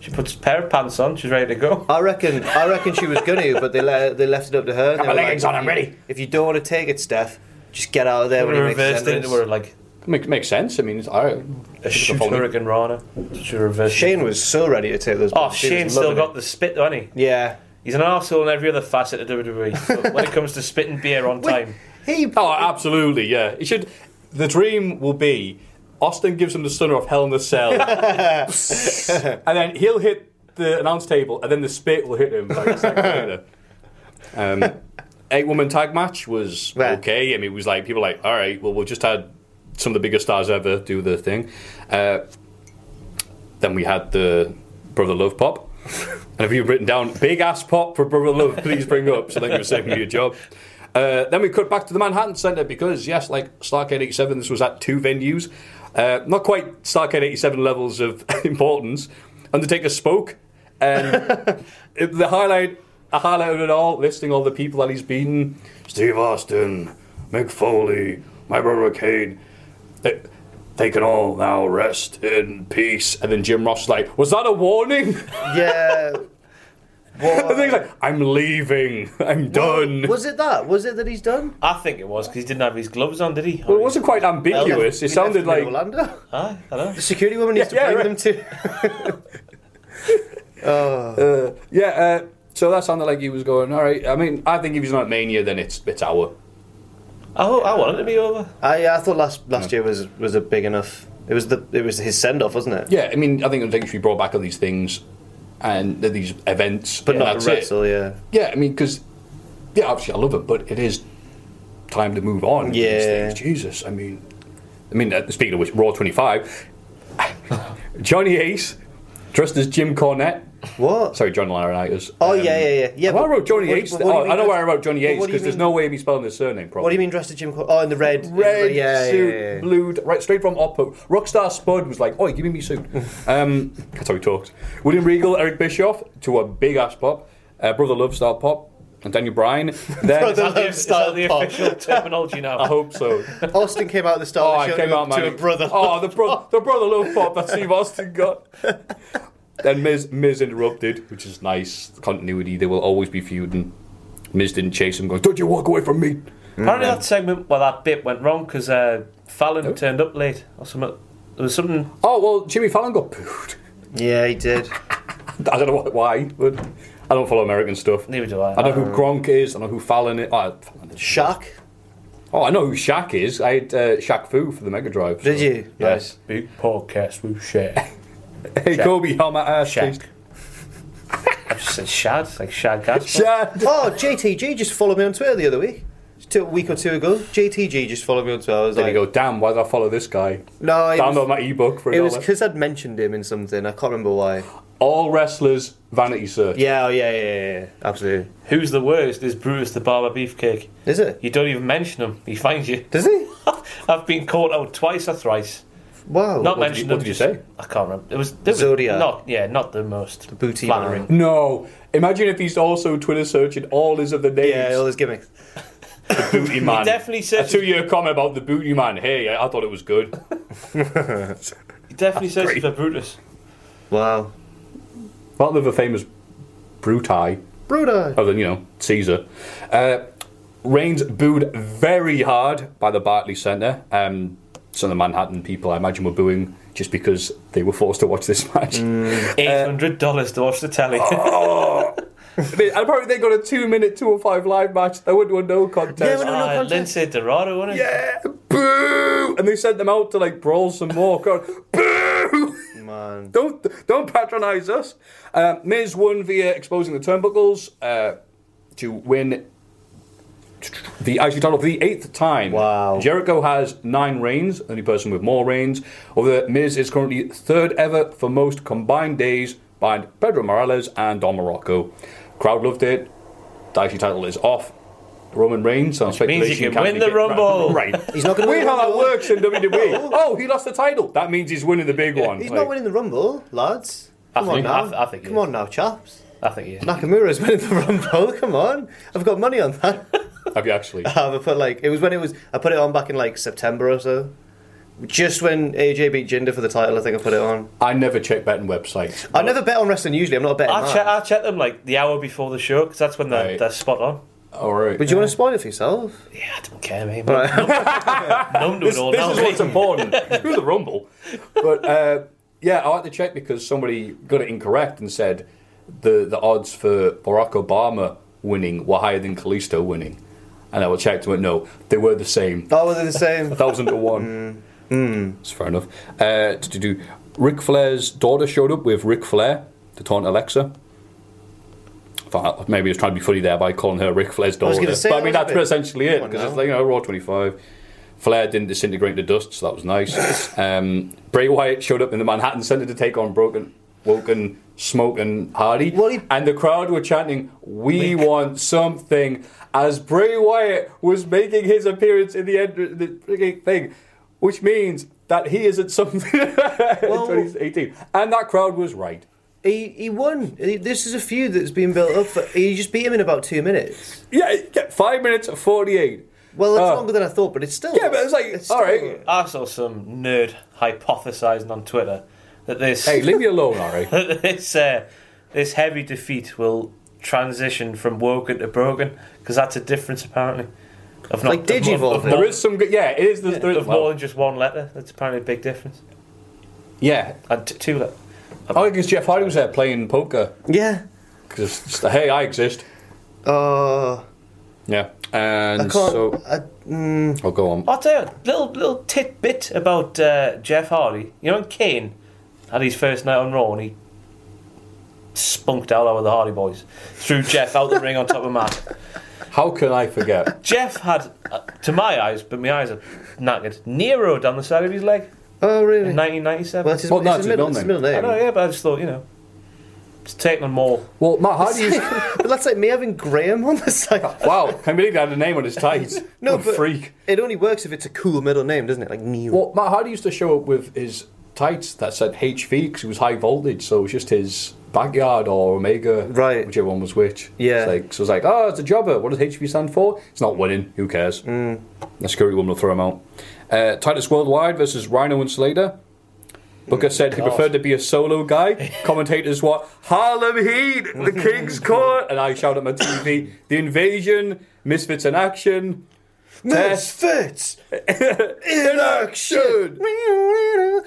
D: She puts a pair of pants on, she's ready to go.
C: I reckon. I reckon she was going to, but they le- they left it up to her. and
B: Got
C: they
B: my
C: were
B: leggings on, I'm
C: "If you-
B: ready."
C: If you don't want to take it, Steph, just get out of there when you make
D: reversed it
C: the
D: into her like
B: Make, makes sense. I mean, it's, I,
D: a shoot
B: following.
D: hurricane Rana. She reversed. it.
C: Shane was so ready to take those.
D: Oh,
C: bumps, he was
D: Shane's still
C: loving
D: got
C: it.
D: the spit, though, hasn't he?
C: Yeah.
D: He's an arsehole in every other facet of WWE. But when it comes to spitting beer on time,
C: He.
B: Oh, absolutely, yeah. It should. The dream will be Austin gives him the stunner of Hell in a Cell, and then he'll hit the announce table, and then the spit will hit him. Like a second later. Um, eight woman tag match was
C: Right.
B: okay. I mean, it was like people were like, all right, well, we've just had some of the biggest stars ever do the thing. Uh, then we had the Brother Love pop. And have you written down big ass pop for Brother Love? Please bring up so that you're saving me a job. Uh, then we cut back to the Manhattan Center because yes, like Starcade '87, this was at two venues, uh, not quite Starcade '87 levels of importance. Undertaker spoke, and it- the highlight, a highlight of it all, listing all the people that he's beaten: Steve Austin, Mick Foley, my brother Kane. They, they can all now rest in peace. And then Jim Ross is like, "Was that a warning?"
C: Yeah.
B: And then he's like, I'm leaving. I'm done. Well,
C: was it that? Was it that he's done?
D: I think it was because he didn't have his gloves on, did he?
B: it wasn't quite ambiguous.
C: We
B: It
C: left
B: sounded
C: him in
B: like.
C: Orlando.
D: Aye, I know.
C: The security woman needs
B: Yeah,
C: to
B: yeah,
C: bring them
B: Yeah, uh, so that sounded like he was going, all right. I mean, I think if he's not at Mania, then it's it's our.
D: Oh, I want it to be over.
C: to. I, I thought last last year was was a big enough. It was the it was his send off, wasn't it?
B: Yeah, I mean, I think Undertaker should be brought back on these things and these events.
C: But not
B: that's
C: the wrestle.
B: It.
C: Yeah.
B: Yeah, I mean, because. Yeah, obviously, I love it, but it is time to move on. with these
C: Yeah.
B: things. Jesus, I mean. I mean, uh, speaking of which, Raw 25, Johnny Ace dressed as Jim Cornette.
C: What?
B: Sorry, John Laurinaitis.
C: Oh, yeah, yeah, yeah. Yeah,
B: Well, I
C: but
B: wrote Johnny
C: what-
B: Yates.
C: but what do you
B: Oh, I
C: mean
B: know why I
C: that's-
B: wrote Johnny
C: but what
B: Yates
C: do you
B: because there's
C: mean-
B: no way of me spelling his surname properly.
C: What do you mean dressed as Jim? Cor- oh, in the red.
B: Red
C: yeah,
B: suit,
C: yeah, yeah.
B: blued, right, straight from Oppo. Rockstar Spud was like, "Oi, give me me suit." um, that's how he talks. William Regal, Eric Bischoff to a big ass pop, uh, Brother Love style pop, and Daniel Bryan. Then
C: Brother
D: Is that the- is that the
C: Style pop.
D: official terminology now?
B: I hope so.
C: Austin came out of the
B: Oh,
C: star.
B: I came out
C: to
B: my
C: a brother.
B: Oh, the, bro- the brother love pop that Steve Austin got. then Miz Miz interrupted, which is nice continuity. They will always be feuding. Miz didn't chase him, going, "Don't you walk away from me."
D: Apparently that segment, well, that bit went wrong because uh, Fallon turned up late or something. There was something.
B: Oh well, Jimmy Fallon got booed.
C: Yeah, he did.
B: I don't know wh- why, but I don't follow American stuff.
D: Neither do I.
B: I know who
C: Oh.
B: Gronk is. I know who Fallon is. Oh, Fallon is-
C: Shaq.
B: Oh, I know who Shaq is. I had uh, Shaq Fu for the Mega Drive. so-
C: Did you?
B: Yes.
D: Big podcast with share.
B: Hey, Kobe, how my ass?
D: Shaq.
B: tastes?
D: I just said shad, it's like shad gas.
B: Shaq.
C: Oh, JTG just followed me on Twitter the other week. Just two- a week or two ago, JTG just followed me on Twitter. I was
B: Then
C: like,
B: you go, damn, why did I follow this guy?
C: No, it
B: Download
C: was-
B: my ebook for a
C: It was
B: dollar.
C: because I'd mentioned him in something. I can't remember why.
B: All wrestlers vanity search.
C: Yeah, oh, yeah, yeah, yeah, yeah. Absolutely.
D: Who's the worst is Brutus the Barber Beefcake.
C: Is it?
D: You don't even mention him, he finds you.
C: Does he?
D: I've been caught out twice or thrice.
C: Wow.
D: Not
B: Oh, what did
D: mentioned
B: you- what
D: him.
B: did you
D: just-
B: say?
D: I can't remember. It was, it was
C: Zodiac.
D: Not, yeah, not the most the
C: booty
D: flattering.
C: man.
B: No. Imagine if he's also Twitter searching all his other names.
C: yeah, all his gimmicks.
B: The booty man.
D: definitely
B: a
D: says-
B: two-year comment about the booty man. Hey, I, I thought it was good.
D: He definitely says it's for Brutus.
C: Wow.
B: Well, they're the famous Bruti,
C: Bruno.
B: other than you know Caesar. Uh, Reigns booed very hard by the Barclay Centre. Um, some of the Manhattan people, I imagine, were booing just because they were forced to watch this match. Uh,
D: Eight hundred dollars to watch the telly.
B: Oh, They- and apparently, they got a two-minute, two-or-five live match. They went to a no contest.
C: Yeah, but-
D: Ah, Lindsay Dorado, wasn't it?
B: Yeah, boo! And they sent them out to like brawl some more. God, boo!
C: Man.
B: Don't don't patronise us. Uh, Miz won via exposing the turnbuckles uh, to win the IC title for the eighth time.
C: Wow.
B: Jericho has nine reigns, only person with more reigns. Although Miz is currently third ever for most combined days behind Pedro Morales and Don Morocco. Crowd loved it. The IC title is off. Roman Reigns. Which
D: means he can win the Rumble.
B: Right.
C: He's not gonna
B: Weird
C: win the
B: how that
C: Rumble.
B: works in WWE. oh, he lost the title. That means he's winning the big one.
C: He's
B: Like-
C: not winning the Rumble, lads.
D: I
C: Come
D: think-
C: on now.
D: I th- I think he
C: Come
D: is.
C: on now, chaps.
D: I think he is.
C: Nakamura's winning the Rumble. Come on. I've got money on that.
B: Have you actually?
C: have. I put like it was when it was. I put it on back in like September or so. Just when AJ beat Jinder for the title, I think I put it on.
B: I never check betting websites.
C: I never bet on wrestling usually. I'm not a betting
D: I
C: man.
D: check, I check them like the hour before the show because that's when they're,
B: Right.
D: they're spot on.
B: All right.
C: But do you want to spoil it for yourself?
D: Yeah, I don't care, mate. Numb to it all
B: this
D: now.
B: is
D: mate.
B: what's important. Screw the rumble. But uh, yeah, I had to check because somebody got it incorrect and said the the odds for Barack Obama winning were higher than Kalisto winning. And I was checked and went, no, they were the same.
C: Oh, were they the same?
B: A thousand to one.
C: Mm.
B: It's fair enough. Uh, to do Ric Flair's daughter showed up with Ric Flair to taunt Alexa. Thought- Maybe he was trying to be funny there by calling her Ric Flair's daughter.
C: was gonna say,
B: but I
C: that
B: mean,
C: was a
B: that's
C: bit-
B: essentially it
C: Come on
B: because it's
C: now.
B: like, you know, Raw 25. Flair didn't disintegrate to dust, so that was nice. um, Bray Wyatt showed up in the Manhattan Center to take on Broken, Woken, Smoke, and Hardy.
C: Well, he-
B: And the crowd were chanting, We want something, as Bray Wyatt was making his appearance in the end the freaking thing, which means that he is at something
C: Well-
B: in 2018. And that crowd was right.
C: he he won. He- This is a feud that's been built up. For, he just beat him in about two minutes.
B: Yeah, yeah, 5 minutes 48.
C: Well, it's
B: Oh.
C: longer than I thought, but it's still.
B: Yeah, but it's like, all
C: still-
B: right.
D: I saw some nerd hypothesizing on Twitter that this
B: Hey, leave me alone, Ari.
D: that this uh, this heavy defeat will transition from woken to broken because that's a difference apparently. Of
C: Like
D: of more-
C: Digivolve,
D: of
C: it?
D: more-
B: There is some good. Yeah, it is. There's, there is
D: of more
B: well,
D: than just one letter. That's apparently a big difference.
B: yeah.
D: And t- two letters.
B: I guess Jeff Hardy was there playing poker.
C: Yeah.
B: Because it's the, hey, I exist.
C: Uh,
B: Yeah. And
C: I can't.
B: so.
C: I, mm,
B: I'll go on.
D: I'll tell you a little little tidbit about uh, Jeff Hardy. You know, when Kane had his first night on Raw and he spunked out over the Hardy Boys, threw Jeff out the ring on top of Matt.
B: How can I forget?
D: Jeff had, uh, to my eyes, but my eyes are knackered, Nero down the side of his leg
C: oh, really?
D: in 1997.
C: well, it's his,
B: Well,
C: it's
B: that's
C: his
B: his
C: middle,
B: middle
C: it's his
B: name.
C: middle
D: I
C: name.
D: know, yeah, but I just thought, you know, it's taking more.
B: Well, Matt Hardy is.
C: but that's like me having Graham on the side.
B: Wow, can believe they had a name on his tights.
C: No,
B: What a
C: but
B: freak.
C: It only works if it's a cool middle name, doesn't it? Like Neil.
B: Well, Matt Hardy used to show up with his tights that said HV because he was high voltage, so it was just his backyard or Omega,
C: Right.
B: Whichever one was which.
C: Yeah.
B: It's like, so it's like, oh, it's a jobber. What does HV stand for? It's not winning. Who cares? Mm. The security woman will throw him out. Uh, Titus Worldwide versus Rhino and Slater.
C: Mm,
B: Booker said he preferred to be a solo guy. Commentators what Harlem Heat, the King's Court, and I shout at my TV, the invasion, misfits in action.
C: Misfits in
B: action.
C: oh,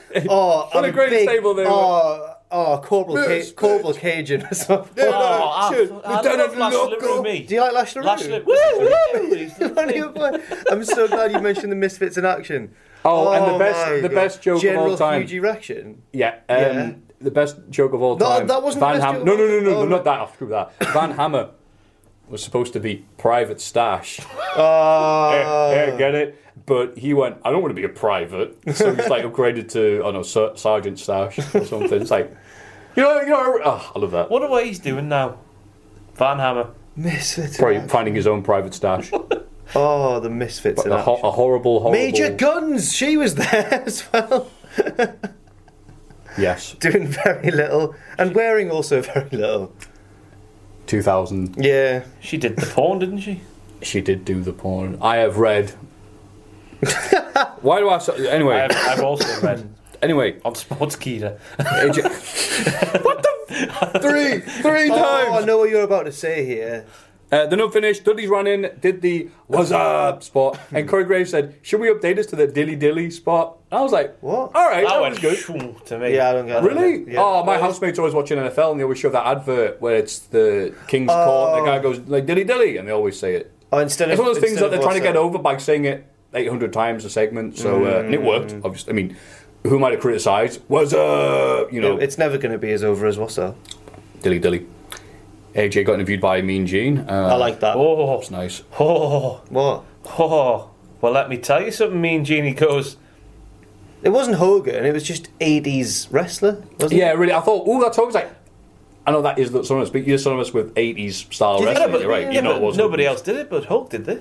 B: What
C: I'm
B: a great
C: big,
B: stable they were.
C: Oh, oh, Corporal,
B: Misfits.
C: Ca- Corporal Cajun. or something.
B: Yeah.
C: Oh,
D: Oh, I,
B: shit,
D: I
B: we don't
D: love
B: have
D: Lash
B: local.
D: LaRue, me.
C: Do you like Lash LaRue?
D: Lash LaRue. Woo, woo,
C: you're funny, you're funny. I'm so glad you mentioned the Misfits in action.
B: Oh, and the best-
C: my
B: the
C: God.
B: best joke of
C: General
B: all time.
C: Fuji Rection.
B: Yeah, um,
C: Yeah.
B: the best joke of all
C: No,
B: time.
C: that wasn't the
B: Van
C: best
B: Hammer.
C: joke
B: No,
C: of
B: no,
C: all-
B: no, no, no,
C: oh,
B: not that. Screw that. Van Hammer was supposed to be Private Stash.
C: Oh,
B: yeah, get it? But he went, I don't want to be a private. So he's like upgraded to, I don't know, Ser- Sergeant Stash or something. It's like, you know, you know, oh, I love that.
D: Wonder what he's doing now. Van Hammer.
C: Misfits. in
B: Probably
C: Action.
B: finding his own Private Stash.
C: Oh, the Misfits in
B: a, ho-
C: action.
B: a horrible, horrible.
C: Major Guns, she was there as well.
B: Yes,
C: Doing very little and wearing also very little.
B: 2000.
C: Yeah.
D: She did the porn, didn't she?
B: she did do the porn. I have read. Why do I? So, anyway,
D: I've, I've also read
B: anyway,
D: on Sportskeeda.
B: AJ- what the? Three, three times.
C: Oh, I know what you're about to say here.
B: Uh, the no finish. Dudley's ran in, did the "What's up" spot, and Corey Graves said, "Should we update this to the dilly dilly spot?" And I was like,
C: What?
B: All right, that
D: That
B: was
D: went
B: good."
D: shoo to me.
C: Yeah, I don't get it.
B: Really?
C: Yeah.
B: Oh, my housemates always watching NFL, and they always show that advert where it's the King's Court, and the guy goes like "dilly dilly," and they always say it.
C: Oh, instead
B: It's
C: of
B: one of those things
C: instead
B: that they're
C: of
B: trying to
C: what's
B: get
C: that?
B: over by saying it 800 times a segment. So uh, and it worked.
C: Mm.
B: Obviously, I mean, who might have criticised? Was uh, you know,
C: It's never going to be as over as what's that?
B: dilly dilly. AJ got interviewed by Mean Gene. Uh,
C: I like that.
D: Oh,
B: That's nice.
D: oh,
C: What?
D: oh. Well, let me tell you something. Mean Genie goes.
C: It wasn't Hogan. It was just '80s wrestler, wasn't
B: Yeah,
C: it?
B: really. I thought, ooh, that's always like. I know that is the synonymous, but you're synonymous with 80s style
C: Do you think-
B: Oh, wrestling.
C: Yeah, but-
B: you're right.
C: yeah,
B: you know,
D: but
B: it wasn't.
D: nobody else did it, but Hulk did they?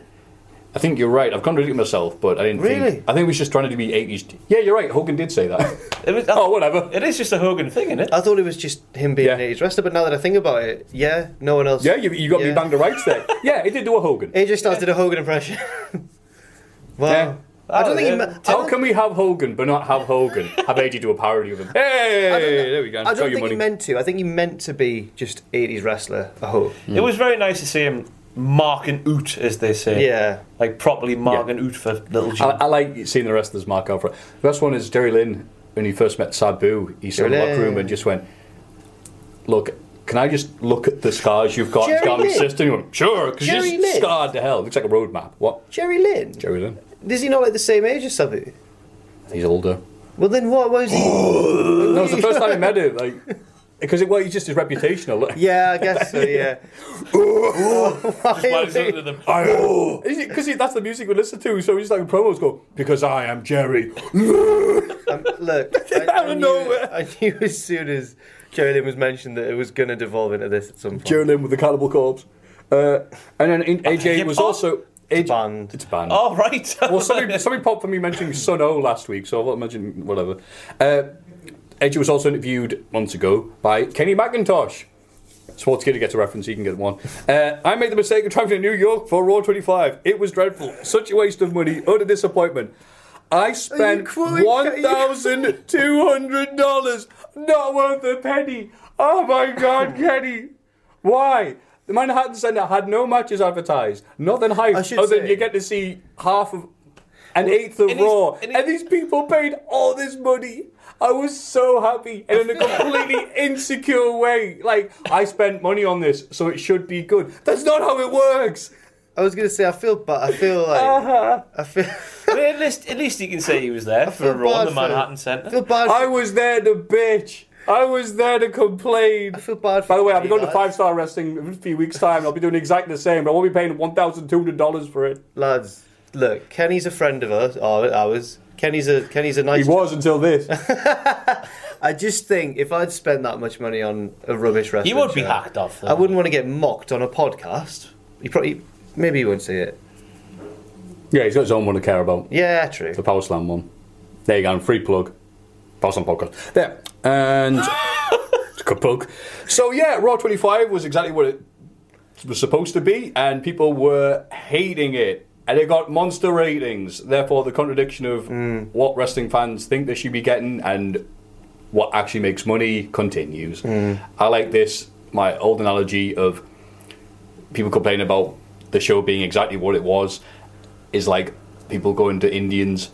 B: I think you're right. I've contradicted myself, but I didn't
C: Really?
B: think. I think it was just trying to be 80s. t- Yeah, you're right. Hogan did say that.
D: It was,
B: oh, whatever.
D: It is just a Hogan thing, isn't it?
C: I thought it was just him being
B: Yeah.
C: an '80s wrestler, but now that I think about it, yeah, no one else.
B: Yeah, you, you got
C: Yeah.
B: me banged the rights there. Yeah, it did do a Hogan.
C: AJ Styles did a Hogan impression. wow.
B: Yeah.
C: I don't
D: Oh,
C: think he.
D: yeah.
C: ma- I
B: How
C: don't-
B: can we have Hogan but not have Hogan? have AJ do a parody of him. Hey, there we go.
C: I
B: Show
C: don't
B: your
C: think
B: money.
C: he meant to. I think he meant to be just '80s wrestler. I hope.
D: It was very nice to see him marking out, as they say.
C: Yeah.
D: Like properly marking out for little G.
B: I, I like seeing the rest of this mark out for it. The best one is Jerry Lynn when he first met Sabu. He stood in the
C: Jerry
B: locker room
C: Lynn.
B: and just went, "Look, can I just look at the scars you've got? It's
C: Jerry
B: got me
C: Lynn.
B: sister." And he went, "Sure," because
C: Jerry
B: you're
C: Lynn.
B: scarred to hell. Looks like a road map. What?
C: Jerry Lynn.
B: Jerry Lynn?
C: Is he not like the same age as Sabu?
B: He's older.
C: Well, then what was he?
B: that was the first time I met him. Like. Because it was well, just his reputation. I look-
C: yeah, I guess so. Yeah.
D: Why is it under them?
B: uh, Because that's the music we listen to, so he's like promos go, because I am Jerry.
C: Um, look, I,
B: Out of
C: I, knew,
B: nowhere.
C: I knew as soon as Jerry Lynn was mentioned that it was going to devolve into this at some point.
B: Jerry Lynn with the Cannibal Corpse. Uh, and then in, AJ was
D: pardon?
B: also. It's
C: band.
B: It's a band.
D: Oh, right.
B: well, somebody, somebody popped for me mentioning Sun O last week, so I'll imagine whatever. Uh, AJ was also interviewed months ago by Kenny McIntosh. Sports Kid to get a reference, he can get one. Uh, I made the mistake of traveling to New York for Raw 25. It was dreadful. Such a waste of money. Utter disappointment. I spent
C: quoting- are you-
B: $1,200. Not worth a penny. Oh my God, Kenny. Why? The Manhattan Center had no matches advertised. Nothing hype
C: I should
B: other than
C: say-
B: you get to see half of an eighth of
D: and he's-
B: Raw.
D: and
B: And,
D: he-
B: these people paid all this money. I was so happy and in a completely insecure way. Like, I spent money on this, so it should be good. That's not how it works.
C: I was going to say I feel bad. I feel
B: Uh-huh.
D: Uh-huh.
C: like I feel.
D: But at, least, at least he can say he was there for
C: feel
D: a roll in
C: bad
D: the
C: for him.
D: Manhattan
C: I
D: Centre.
C: feel bad.
B: I was there to bitch. I was there to complain. I
C: feel bad for
B: By the way, I'll be
C: Kenny,
B: going to
C: guys.
B: five star wrestling in a few weeks' time. I'll be doing exactly the same, but I won't be paying $1,200 for it.
C: lads, look, Kenny's a friend of us, or ours. Kenny's a Kenny's a
B: He
C: nice.
B: was until this.
C: I just think if I'd spent that much money on a rubbish restaurant,
D: He would be hacked off, though.
C: I wouldn't want to get mocked on a podcast. He probably maybe he won't see it.
B: yeah, he's got his own one to care about.
C: Yeah, true.
B: The Power Slam one. There you go, and free plug. Power Slam podcast. There. And. It's a good plug. So, yeah, Raw 25 was exactly what it was supposed to be, and people were hating it. And it got monster ratings. Therefore, the contradiction of what wrestling fans think they should be getting and what actually makes money continues.
C: Mm.
B: I like this, my old analogy of people complain about the show being exactly what it was is like people going to Indians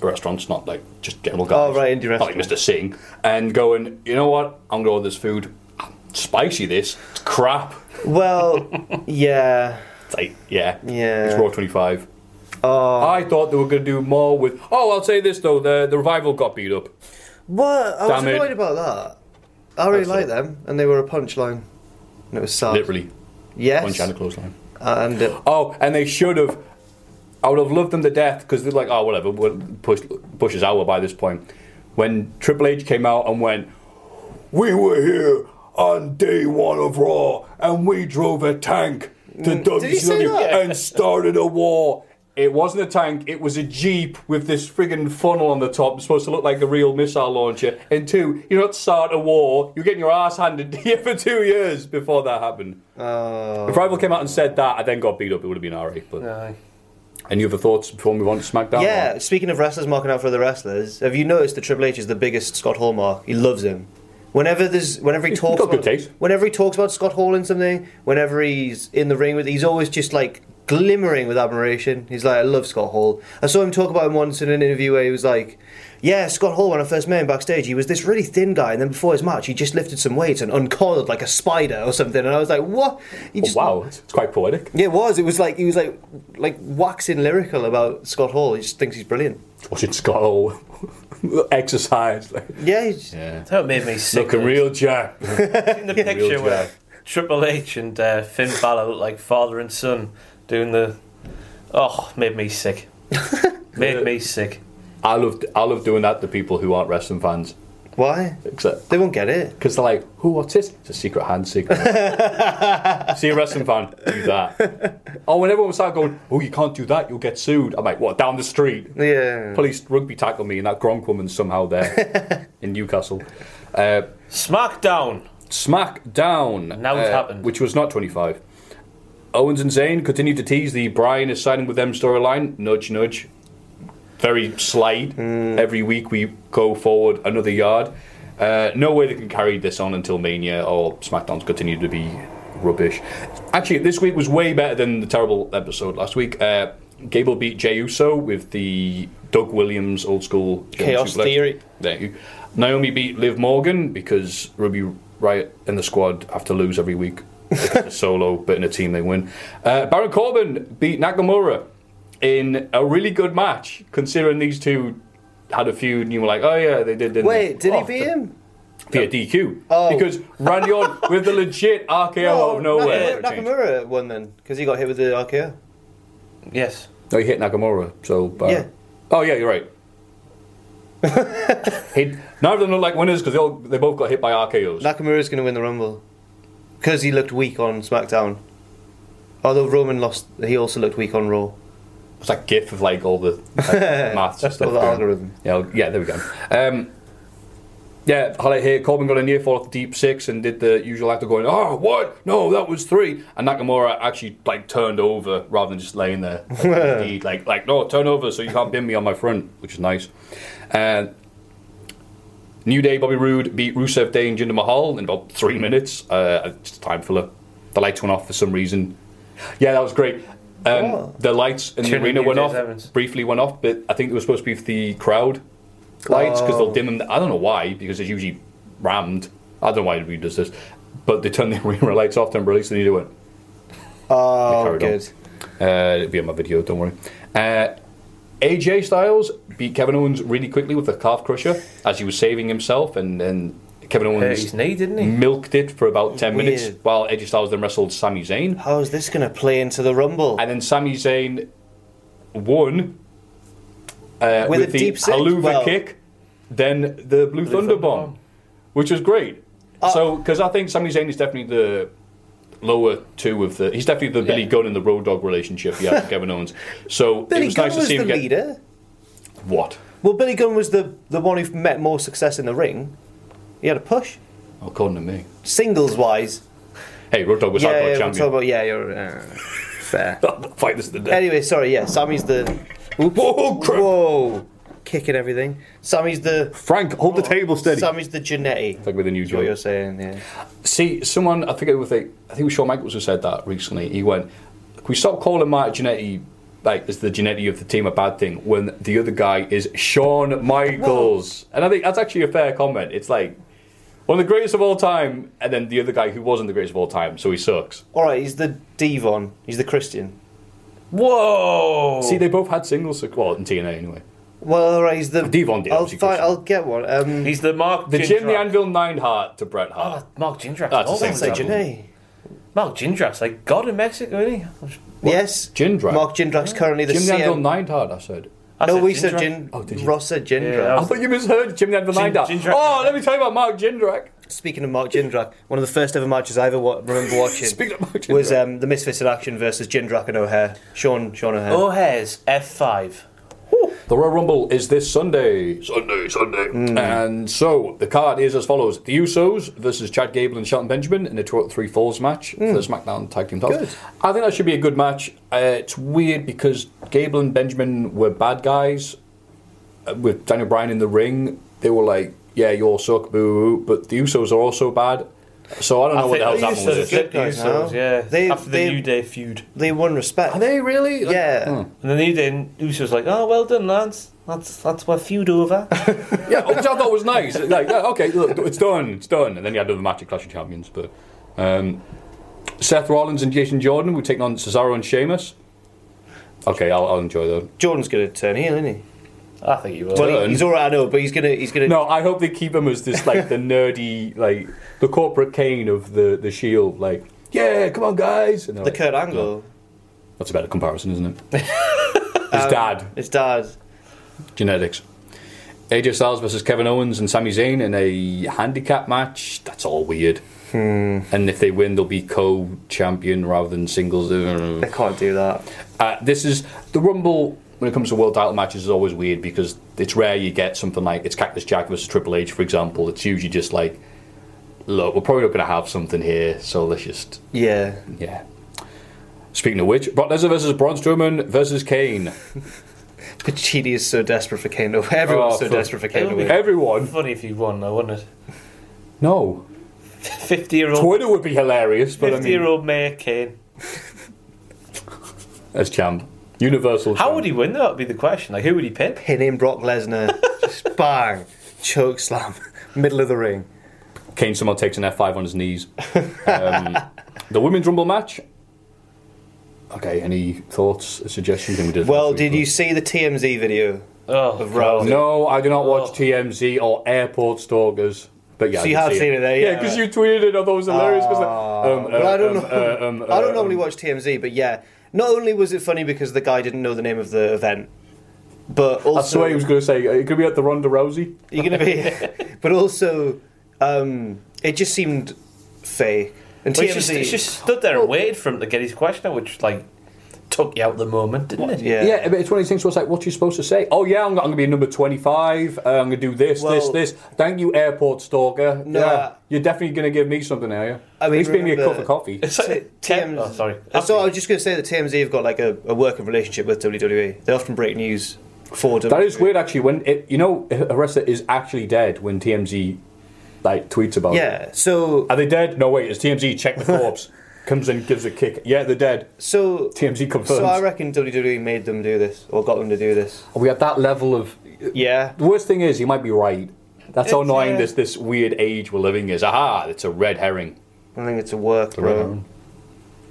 B: restaurants, not like just general guys.
C: Oh, right, Indian
B: Not like
C: restaurants.
B: Mr. Singh. And going, you know what? I'm going to order this food. Spicy, this. It's crap.
C: Well, yeah.
B: It's like, yeah.
C: Yeah. Oh.
B: It's Raw 25. I thought they were going to do more with. Oh, I'll say this though. The, the revival got beat up.
C: What? I was
B: Damn it.
C: annoyed about that. I really
B: That's
C: like
B: all.
C: them, and they were a punchline. And it was sad.
B: Literally.
C: Oh. Yes.
B: One channel clothesline.
C: And uh,
B: Oh, and they should have. I would have loved them to death because they're like, oh, whatever, we'll push, push is our by this point. When Triple H came out and went, we were here on day one of Raw and we drove a tank to
C: Mm, he say
B: WCW
C: that?
B: and started a war. It wasn't a tank, it was a Jeep with this friggin' funnel on the top, It's supposed to look like a real missile launcher. And two, you're not start a war, you're getting your ass handed to you for two years before that happened. If Rival came out and said that, I then got beat up, it would have been alright. But
D: Aye.
B: Any other thoughts before we move on to SmackDown?
C: Yeah,
B: Or-
C: speaking of wrestlers marking out for other wrestlers, have you noticed that Triple H is the biggest Scott Hall mark? He loves him. Whenever there's, whenever he
B: He's
C: talks,
B: got good
C: about,
B: taste.
C: whenever he talks about Scott Hall in something, whenever he's in the ring with, he's always just like glimmering with admiration. He's like, I love Scott Hall. I saw him talk about him once in an interview where he was like, Yeah, Scott Hall. When I first met him backstage, he was this really thin guy, and then before his match, he just lifted some weights and uncoiled like a spider or something. And I was like, What? He
B: Oh, wow, it's it's quite poetic.
C: Yeah, it was. It was like he was like like waxing lyrical about Scott Hall. He just thinks he's brilliant.
B: Watching Scott Hall exercise, like,
C: Yeah, he's,
D: That made me sick.
B: look a real jack.
D: in the picture where Triple H and uh, Finn Balor look like father and son doing the. Oh, made me sick. made me sick.
B: I love I love doing that to people who aren't wrestling fans.
C: why?
B: Because
C: They won't get it.
B: they're like, who, what's this? It's a secret hand secret. See a wrestling fan, do that. Oh, when everyone started going, oh, you can't do that, you'll get sued. I'm like, what, down the street?
C: Yeah.
B: Police rugby tackle me, and that Gronk woman's somehow there in Newcastle. Uh,
D: SmackDown.
B: SmackDown. uh,
D: Now it's happened.
B: Which was not 25. Owens and Zayn continue to tease the Brian is signing with them storyline. Nudge, nudge. Very slight.
C: Hmm.
B: Every week we go forward another yard. Uh, no way they can carry this on until Mania or SmackDown's continue to be rubbish. Actually, this week was way better than the terrible episode last week. Uh, Gable beat Jey Uso with the Doug Williams old school German
C: Chaos Theory.
B: there you. Naomi beat Liv Morgan because Ruby Riot and the squad have to lose every week. It's a solo, but in a team they win. Uh, Baron Corbin beat Nakamura in a really good match, considering these two had a feud, and you were like, "Oh yeah, they did." Didn't
C: Wait,
B: they?
C: did he
B: Oh,
C: beat
B: the-
C: him?
B: Via DQ,
C: Oh.
B: because Randy Orton with the legit RKO out of nowhere.
C: Nakamura, Nakamura won then because he got hit with the RKO.
D: Yes.
B: No, he hit Nakamura. So uh,
C: Yeah.
B: Oh yeah, you're right. he, none of them look like winners because they all they both got hit by RKO's.
C: Nakamura's going to win the Rumble because he looked weak on SmackDown. Although Roman lost, he also looked weak on Raw.
B: It's that gif of like all the like, maths and stuff.
C: All the
B: going.
C: algorithm.
B: Yeah, well, yeah, there we go. Um, yeah, highlight here. Corbin got a near fall off the deep six and did the usual act of going, "Oh, what? No, that was three. And Nakamura actually like turned over rather than just laying there, like, indeed, like like no, turn over so you can't pin me on my front, which is nice. And Uh, New Day, Bobby Roode beat Rusev Day and Jinder Mahal in about three minutes. Uh, it's time filler. The lights went off for some reason. Yeah, that was great.
C: Oh.
B: Um, the lights in the
D: Turning
B: arena
D: New
B: went
D: Day's
B: off,
D: heavens.
B: briefly went off, but I think it was supposed to be for the crowd lights because
C: Oh.
B: they'll dim them. I don't know why, because it's usually rammed. I don't know why everybody does this, but they turn the arena lights off temporarily, so they do it.
C: Oh,
B: Carried on.
C: good.
B: Uh, it'll be on my video, don't worry. Uh, AJ Styles beat Kevin Owens really quickly with a calf crusher as he was saving himself, and, and Kevin
D: Hurt
B: Owens
D: his knee, didn't he?
B: milked it for about 10 minutes
C: Weird.
B: while AJ Styles then wrestled Sami Zayn.
C: How is this going to play into the Rumble?
B: And then Sami Zayn won uh,
C: With
B: with,
C: a
B: the
C: deep six?
B: haluva
C: Well-
B: kick, then the Blue, Thunder,
D: Thunder
B: bomb,
D: Bomb.
B: which was great.
C: Uh,
B: so, because I think Sami Zayn is definitely the lower two of the. He's definitely the Billy Gunn and the Road Dog relationship he had with Kevin Owens. So it
C: Billy
B: was
C: Gunn
B: nice to
C: was
B: see
C: the
B: him get
C: leader.
B: what.
C: Well, Billy Gunn was the, the one who met more success in the ring. He had a push,
B: According to me,
C: singles wise.
B: hey, Road Dog was
C: yeah,
B: hardcore
C: yeah, we're talking
B: champion.
C: about yeah, you're uh, fair.
B: Fight this to the death.
C: Anyway, sorry, yeah, Sammy's the. Oops.
B: Whoa, crap.
C: Whoa, kicking everything. Sammy's the.
B: Frank, hold
C: Oh,
B: the table steady.
C: Sammy's the Janetti.
B: like with the new
C: Is what you're
B: joke.
C: saying, yeah.
B: See, someone I think it was like, I think it was Shawn Michaels who said that recently. He went, "Can we stop calling Mark Jannetty like as the Jannetty of the team a bad thing when the other guy is Shawn Michaels?" And I think that's actually a fair comment. It's like one of the greatest of all time, and then the other guy who wasn't the greatest of all time, so he sucks.
C: All right, he's the Devon. He's the Christian.
D: Whoa!
B: See, they both had singles, suc- well, in TNA anyway.
C: Well, all right, he's the
B: Devon did,
C: I'll,
B: obviously,
C: fi-
B: Christian.
C: I'll get one. Um,
D: He's the Mark
B: The Jim the
D: Jindrak.
B: Anvil Nine Heart to Bret Hart.
D: Oh, Mark Jindrak.
B: That's the
D: Oh,
B: same
C: say
B: example.
C: Janetti.
D: Mark Jindrak's like God in Mexico, isn't he?
C: Yes,
B: Jindrak.
C: Mark Jindrak's currently the
B: Jim the Anvil
C: CM.
B: Nine Heart. I said.
D: I
C: no,
D: said
C: we said
D: Jindrak.
C: Jin.
B: Oh, did you?
C: Ross said Jindrak.
D: Yeah, I
B: I thought you misheard Jim the Anvil
D: Jin-
B: Nine Heart.
D: Jindrak.
B: Oh, let me tell you about Mark Jindrak.
C: Speaking of Mark Jindrak, one of the first ever matches I ever wa- remember watching
B: Speaking of Mark
C: was
B: Jindrak.
C: um, the Misfits in Action versus Jindrak and O'Hare. Sean Sean O'Hare.
D: Oh, O'Hare's F5.
B: The Royal Rumble is this Sunday. Sunday, Sunday. And so the card is as follows The Usos versus Chad Gable and Shelton Benjamin in a 2 3 falls match for the SmackDown Tag Team titles. I think that should be a good match. Uh, it's weird because Gable and Benjamin were bad guys uh, with Daniel Bryan in the ring. They were like, yeah, you all suck, boo, boo. But the Usos are also bad. So I don't know what the hell that
D: think
B: one
D: the Usos
B: was.
C: good
D: flipped the
C: guys now.
D: Usos, yeah.
C: They-
D: After the
C: they-
D: New Day feud.
C: They won respect.
B: Are they really? Hmm. Like,
C: Yeah.
D: And the New Day, Usos like, oh, well done, lads. That's that's my feud over.
B: yeah, which I thought was nice. Like, yeah, okay, look, it's done, it's done. And then you had another match at Clash of Champions. But um, Seth Rollins and Jason Jordan were taking on Cesaro and Sheamus. Okay, I'll, I'll enjoy that.
C: Jordan's going to turn heel, isn't he?
D: I think you will.
C: Well,
B: Turn?
C: he, he's all right, I know, but he's going to he's going to
B: No, I hope they keep him as this like the nerdy, like the corporate Kane of the the Shield. Like, yeah, come on, guys. And they're
C: the
B: like,
C: Kurt
B: "No."
C: Angle.
B: That's a better comparison, isn't it? His
C: Um,
B: dad.
C: His dad.
B: genetics. AJ Styles versus Kevin Owens and Sami Zayn in a handicap match. That's all weird. And if they win, they'll be co-champion rather than singles.
C: I can't do that.
B: Uh, this is the Rumble. When it comes to world title matches, is always weird because it's rare you get something like it's Cactus Jack versus Triple H, for example. It's usually just like, look, we're probably not going to have something here, so let's just
C: Yeah.
B: yeah. Speaking of which, Brock Lesnar versus Braun Strowman versus Kane.
C: Pachidi is so desperate for Kane. Everyone's
B: Oh,
C: so
B: for-
C: desperate for Kane.
D: It'll be-
C: Away.
B: Everyone,
D: Funny if you won, though, wouldn't it?
B: no,
D: 50 year old
B: Twitter would be hilarious, but I
D: 50 year
B: mean,
D: old Mayor Kane.
B: as champ, universal.
D: How
B: champ.
D: would he win, though? That'd be the question. Like, who would he pin?
C: Pin him, Brock Lesnar. Just bang. Choke slam. Middle of the ring.
B: Kane somehow takes an F five on his knees? Um, the women's rumble match. Okay, any thoughts, suggestions? I think we did last
C: Well,
B: week,
C: did you
B: but-
C: see the TMZ video
D: Oh,
C: of Rousey?
B: No, I do not watch
D: Oh.
B: TMZ or Airport Stalkers. But yeah, I
C: So you
B: did
C: have
B: see
C: seen it there, yeah.
B: because you tweeted it. I thought it was hilarious. 'cause, um, uh,
C: Well, I don't
B: um,
C: know.
B: uh, um,
C: I
B: uh,
C: don't normally
B: um,
C: watch TMZ, but yeah. Not only was it funny because the guy didn't know the name of the event, but also
B: I swear he was going to say uh, it could be at the Ronda Rousey.
C: You're gonna be, but also, um, it just seemed fake. And
D: Well,
C: TMZ,
D: he just, he just stood there and waited for him to get his question out, which, like, took you out the moment, didn't it?
C: yeah,
B: Yeah, but it's one of these things where it's like, what are you supposed to say? Oh, yeah, I'm, I'm going to be number 25. Uh, I'm going to do this,
C: Well-
B: this, this. Thank you, airport stalker.
C: No,
B: yeah,
C: uh,
B: you're definitely going to give me something, are you?
C: I mean,
B: At least bring me a
C: remember-
B: cup of coffee.
D: It's like,
C: TMZ.
D: oh, sorry.
C: Uh, So I was just gonna say that TMZ have got like a, a working relationship with WWE. They often break news for E. WWE.
B: That is weird, actually, when, it, you know, Arresta is actually dead when TMZ, like, tweets about it.
C: Yeah. So
B: Are they dead? No, wait, it's TMZ. Check the corpse. Comes and gives a kick. Yeah, they're dead.
C: so
B: TMZ confirms.
C: So I reckon WWE made them do this or got them to do this.
B: we at that level of.
C: Yeah.
B: The worst thing is, you might be right. That's how
D: It's,
B: annoying
D: uh,
B: this, this weird age we're living is. Aha, it's a red herring.
C: I think it's a work, bro.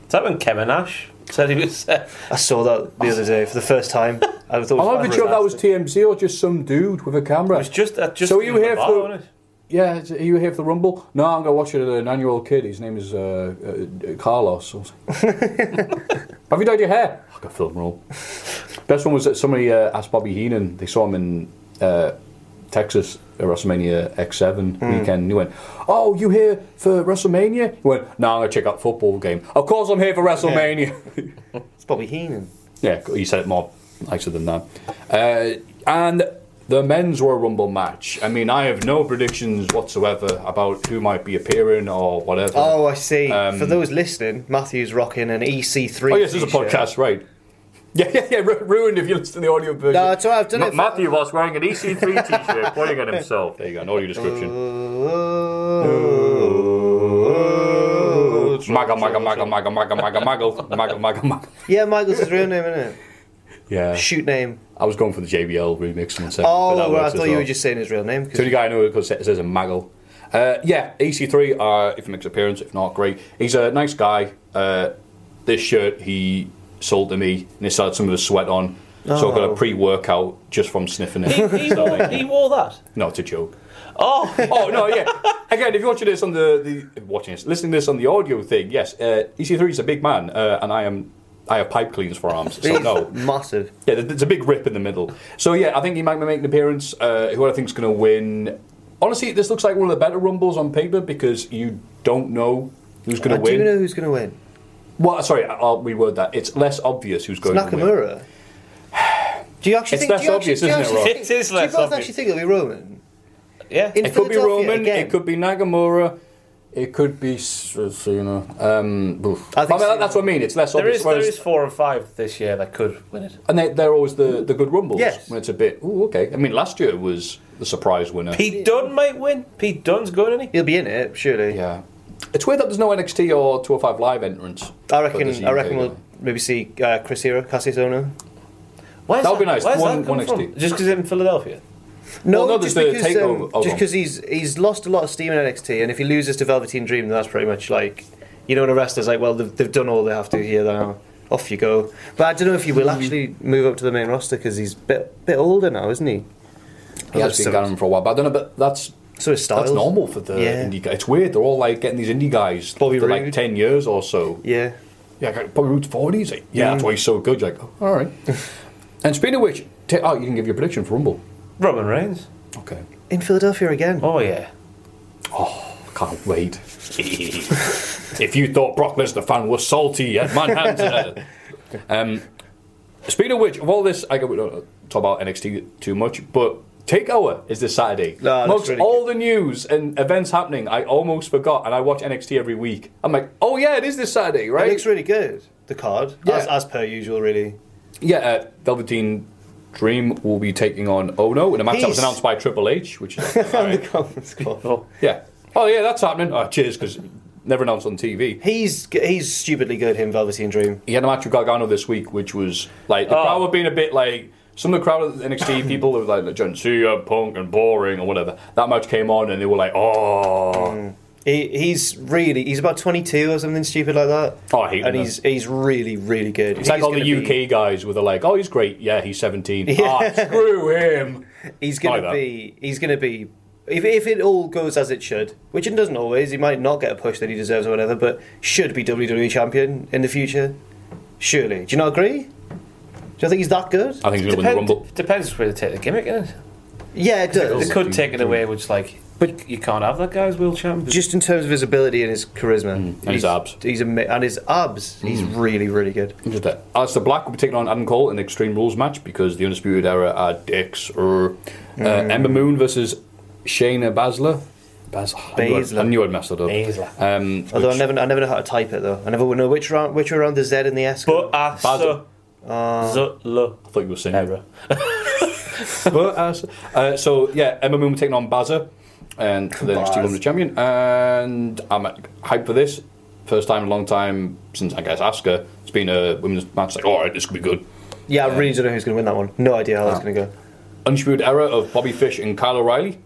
D: Is that when Kevin Nash said he was. Uh,
C: I saw that the other day for the first time. I thought. it
B: I'm not even sure if that was TMZ or just some dude with a camera.
D: it was just. Uh, just
B: so are you
D: the
B: here
D: bar,
B: for
D: wasn't
B: the,
D: it?
B: yeah? is- Are you here for the Rumble? No, I'm gonna watch it. At a nine-year-old kid. His name is uh, uh, Carlos. Or something. Have you dyed your hair? Like a film roll. Best one was that somebody uh, asked Bobby Heenan. They saw him in uh, Texas at WrestleMania X7
D: Hmm.
B: weekend. And he went, "Oh, you here for WrestleMania?" He went, "No, I'm gonna check out football game. Of course, I'm here for WrestleMania."
C: It's Bobby Heenan.
B: Yeah, you said it more nicer than that. Uh, and the men's Royal Rumble match. I mean, I have no predictions whatsoever about who might be appearing or whatever.
C: Oh, I see. For those listening, Matthew's rocking an EC3.
B: Oh, yes, this is a
C: t-shirt.
B: podcast, right? Yeah, yeah, yeah. ru- Ruined if you listen to the audio version.
C: No, it's all right, I've done it for-
B: was wearing an EC3 t-shirt, pointing at himself. There you go, an audio description.
C: Uh,
B: Maggle, maggle, maggle, maggle, maggle, maggle, maggle, maggle, maggle, maggle.
C: Yeah, Michael's his real name, isn't it?
B: Yeah,
C: Shoot name.
B: I was going for the JBL remix and second.
C: Oh,
B: but that
C: well, I
B: works as
C: thought you
B: well.
C: were just saying his real name. 'cause-
B: The only guy I know who says says a maggle. Uh, yeah, EC3, uh, if he makes an appearance, if not, great. He's a nice guy. Uh, this shirt he sold to me, and it's had some of the sweat on. So I got a
C: Oh.
B: pre workout just from sniffing it.
D: He, he,
B: So,
D: wore,
B: like,
D: he wore that.
B: no, it's a joke.
D: Oh,
B: Oh, no, yeah. Again, if you're watching this on the. the watching this, listening to this on the audio thing, yes, uh, EC3 is a big man, uh, and I am. I have pipe cleans for arms, so
C: He's
B: no.
C: Massive.
B: Yeah, there- there's a big rip in the middle. So yeah, I think he might make an appearance. Uh, who I think's going to win? honestly, this looks like one of the better rumbles on paper because you don't know who's going
C: I
B: to win.
C: Uh, do know who's going to win.
B: Well, sorry, I- I'll reword that. It's less obvious who's
C: It's
B: going to win.
C: Nakamura. Do you actually
B: It's
C: think?
B: less
C: do you
B: obvious,
C: actually, do
B: isn't it,
C: you actually
D: Rob?
C: think-
D: It is
C: do you
D: less
C: both
D: obvious.
C: actually think it'll be Roman?
D: Yeah.
C: In
B: It could be
C: Philadelphia
B: Roman.
C: again.
B: It could be Nagamura. It could be S- uh, Cena. Um, oof.
C: I think
B: I mean,
C: Cena.
B: that's what I mean. It's less
D: There
B: obvious.
D: is there
B: whereas-
D: is four or five this year that could win it.
B: and they, they're always the, the good rumbles
C: Yes.
B: when it's a bit. Ooh, okay. I mean, last year was the surprise winner.
D: Pete Dunne might win. Pete Dunne's going, isn't he?
C: He'll be in it, surely.
B: Yeah. It's weird that there's no NXT or 205 Live entrance.
C: I
B: But there's
C: reckon. I
B: UK
C: reckon
B: now.
C: we'll maybe see uh, Chris Hero, Cassius Ohno.
D: Where's
B: That would be nice.
D: Where's
B: One-
D: that come
B: one
D: from?
B: XT.
D: Just because in Philadelphia.
C: No,
B: Well, no,
C: just
B: there's the
C: because,
B: takeover
C: um,
B: of
C: just
B: him.
C: because he's he's lost a lot of steam in NXT, and if he loses to Velveteen Dream, then that's pretty much like you know, an wrestler's like, well, they've, they've done all they have to here now. Off you go. But I don't know if he
B: Hmm.
C: will actually move up to the main roster because he's a bit bit older now, isn't he?
B: He has been going for a while, but I don't know. But that's
C: So is Styles.
B: That's normal for the
C: Yeah.
B: indie guys. It's weird. They're all like getting these indie guys
C: Bobby
B: for like
C: Roode.
B: ten years or so.
C: Yeah.
B: Yeah, like, Bobby Roode's forty. He's like, yeah, that's why he's so good. You're like, oh, all right. and speaking of which, ta- oh, you can give your prediction for Rumble.
D: Roman Reigns.
B: Okay.
C: In Philadelphia again.
D: Oh yeah.
B: I can't wait. if you thought Brock Lesnar fan was salty at Manhunter. um, speaking of which, of all this, I go, we don't talk about NXT too much, but Takeover is this Saturday.
C: No, that's
B: Amongst
C: really
B: all the news and events happening, I almost forgot, and I watch NXT every week. I'm like, oh yeah, it is this Saturday,
C: It
B: right?
C: looks really good. The card,
B: Yeah.
C: as, as per usual, really.
B: yeah, uh, Velveteen Dream will be taking on Ono in a match that was
C: He's-
B: announced by Triple H, which is like, all
C: On the
B: right.
C: conference call.
B: yeah. Oh yeah, that's happening. Oh, cheers, because never announced on TV.
C: He's he's stupidly good. Him Velveteen Dream.
B: he had a match with Gargano this week, which was like
C: Oh.
B: the crowd were being a bit like some of the crowd of NXT people were like John Cena, Punk, and boring or whatever. That match came on and they were like, oh,
C: Mm. He, he's really he's about 22 or something stupid like that.
B: Oh, I hate
C: and
B: him,
C: he's he's really really good.
B: it's like
C: he's
B: all the
C: gonna
B: UK
C: be-
B: guys where they're like, oh, he's great, yeah, he's seventeen, ah, screw him. like
C: he's gonna
B: that.
C: be he's gonna be if, if it all goes as it should, which it doesn't always. He might not get a push that he deserves or whatever, but should be WWE champion in the future. Surely, do you not agree? Do you think he's that good?
B: I think he's gonna win the
D: Depend,
B: Rumble.
D: depends where they take the gimmick, innit?
C: Yeah, it
D: They
C: does.
D: could take it away, which like, but you can't have that guy's world champion.
C: Just in terms of his ability and his charisma,
B: Mm, And his abs. Mm.
C: he's ama- and his abs, he's really really good.
B: Just that. Alistair Black will be taking on Adam Cole in the Extreme Rules match because the Undisputed Era are dicks. Or uh,
C: Mm.
B: Ember Moon versus Shayna Baszler. Baszler. I knew I'd-
C: Baszler.
B: I knew I'd messed it up.
D: Baszler.
B: Um,
C: Although I
B: which-
C: never I never know how to type it though. I never would know which round which around the Z and the S. go.
D: But I
B: Baz-
D: so, so, lo,
B: I thought you were saying error. but uh, so- uh, so yeah, Emma Moon taking on Bazza and for the next two
C: Baz.
B: Women's Champion, and I'm uh, hyped for this. First time in a long time since I guess Asuka, it's been a women's match. Like, all right, this could be good.
C: yeah, I really don't know who's going to win that one. No idea how that's going to go.
B: Undisputed Era of Bobby Fish and Kyle O'Reilly,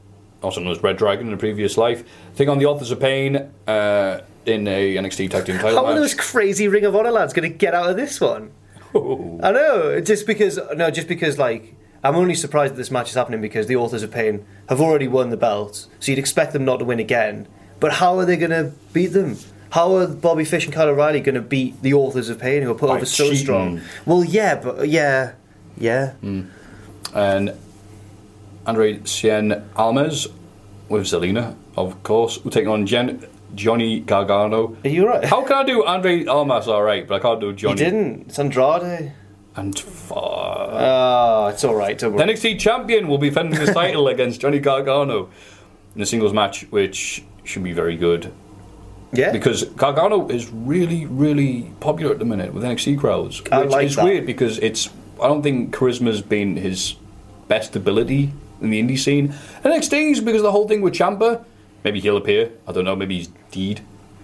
B: also known as Red Dragon in a previous life. Take on the Authors of Pain uh, in a NXT Tag Team Title
C: How are those
B: match.
C: crazy Ring of Honor lads going to get out of this one? I know. Just because no, just because like I'm only surprised that this match is happening because the authors of Pain have already won the belt, so you'd expect them not to win again. But how are they going to beat them? How are Bobby Fish and Kyle O'Reilly going to beat the authors of Pain, who are put
B: By
C: over so
B: cheating.
C: strong? Well, yeah, but yeah, yeah.
B: and Andre Cien Almes with Zelina, of course, will take on Jen, Johnny Gargano.
C: Are you right?
B: How can I do Andre Almas all right, but I can't do
C: You
B: Johnny?
C: didn't. It's Andrade.
B: And fuck.
C: Ah, it's all right.
B: The
C: Don't worry.
B: NXT champion will be defending his title against Johnny Gargano in a singles match, which should be very good.
C: yeah,
B: Because Gargano is really, really popular at the minute with NXT crowds, which
C: I like
B: is
C: that.
B: weird because it's. I don't think charisma's been his best ability in the indie scene. NXT's because of the whole thing with Champa. Maybe he'll appear. I don't know. Maybe he's deed.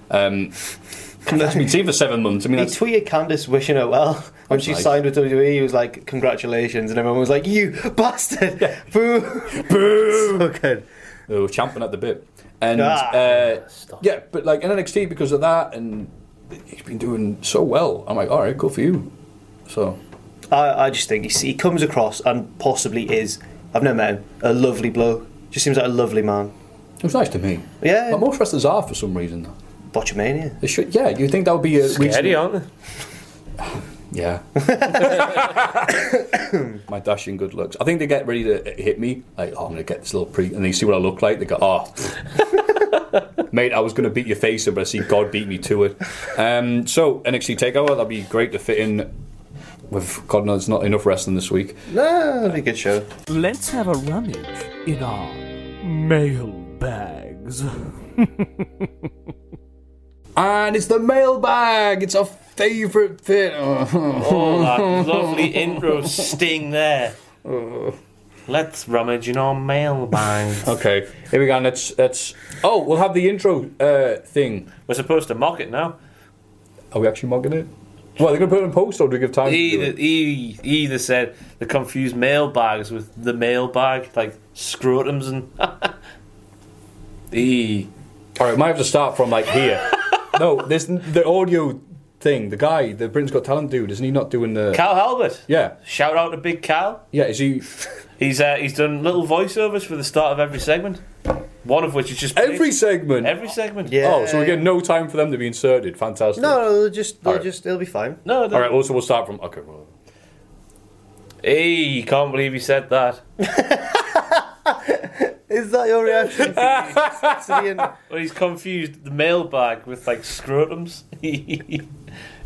B: Um, that's been seen for seven months. I mean,
C: He
B: that's,
C: tweeted Candice wishing her well when she
B: nice.
C: signed with WWE. He was like, "Congratulations!" and everyone was like, "You bastard!" Boo!
B: Boo!
C: so good.
B: They were champing at the bit. And
C: Ah.
B: uh, yeah, but like in NXT because of that, and he's been doing so well. I'm like, all right, good for you. So
C: I, I just think he's, he comes across and possibly is. I've never met him. A lovely bloke. Just seems like a lovely man.
B: it was nice to me.
C: Yeah.
B: but most wrestlers are for some reason.
C: Botchamania.
B: They should. Yeah, you think that would be a
D: Eddie,
B: reason?
D: aren't they?
B: Yeah. My dashing good looks. I think they get ready to hit me. Like, oh, I'm going to get this little pre. And they see what I look like. They go, oh. Mate, I was going to beat your face in, but I see God beat me to it. Um, so, NXT TakeOver, that'd be great to fit in with, God knows, not enough wrestling this week.
C: No, that'd be a good show.
A: Let's have a rummage in our mailbags.
B: And it's the mailbag. It's our favourite bit.
D: Oh, that lovely intro sting there. Oh. Let's rummage in our mailbag.
B: Okay, here we go. And let's, let's. Oh, we'll have the intro uh, thing.
D: We're supposed to mock it now.
B: Are we actually mugging it? Well, they're going to put it in post, or do we give time? to do
D: Either
B: it?
D: he either said they confused mailbags with the mailbag, like scrotums and
B: E. All right, might have to start from like here. no, this the audio thing. The guy, the Britain's Got Talent dude, isn't he not doing the?
D: Cal Halbert.
B: yeah,
D: Shout out to Big Cal.
B: yeah. Is he
D: He's uh, he's done little voiceovers for the start of every segment. One of which is just
B: every segment?
D: every segment.
C: Yeah.
B: Oh, so we get no time for them to be inserted. Fantastic.
C: No, no, they'll just, they'll
B: Alright.
C: just, it'll be fine.
D: No.
B: All right. Also, we'll start from. Okay. Well,
D: Hey, you can't believe he said that.
C: Is that your reaction? to the- to the end?
D: Well, he's confused the mailbag with like scrotums.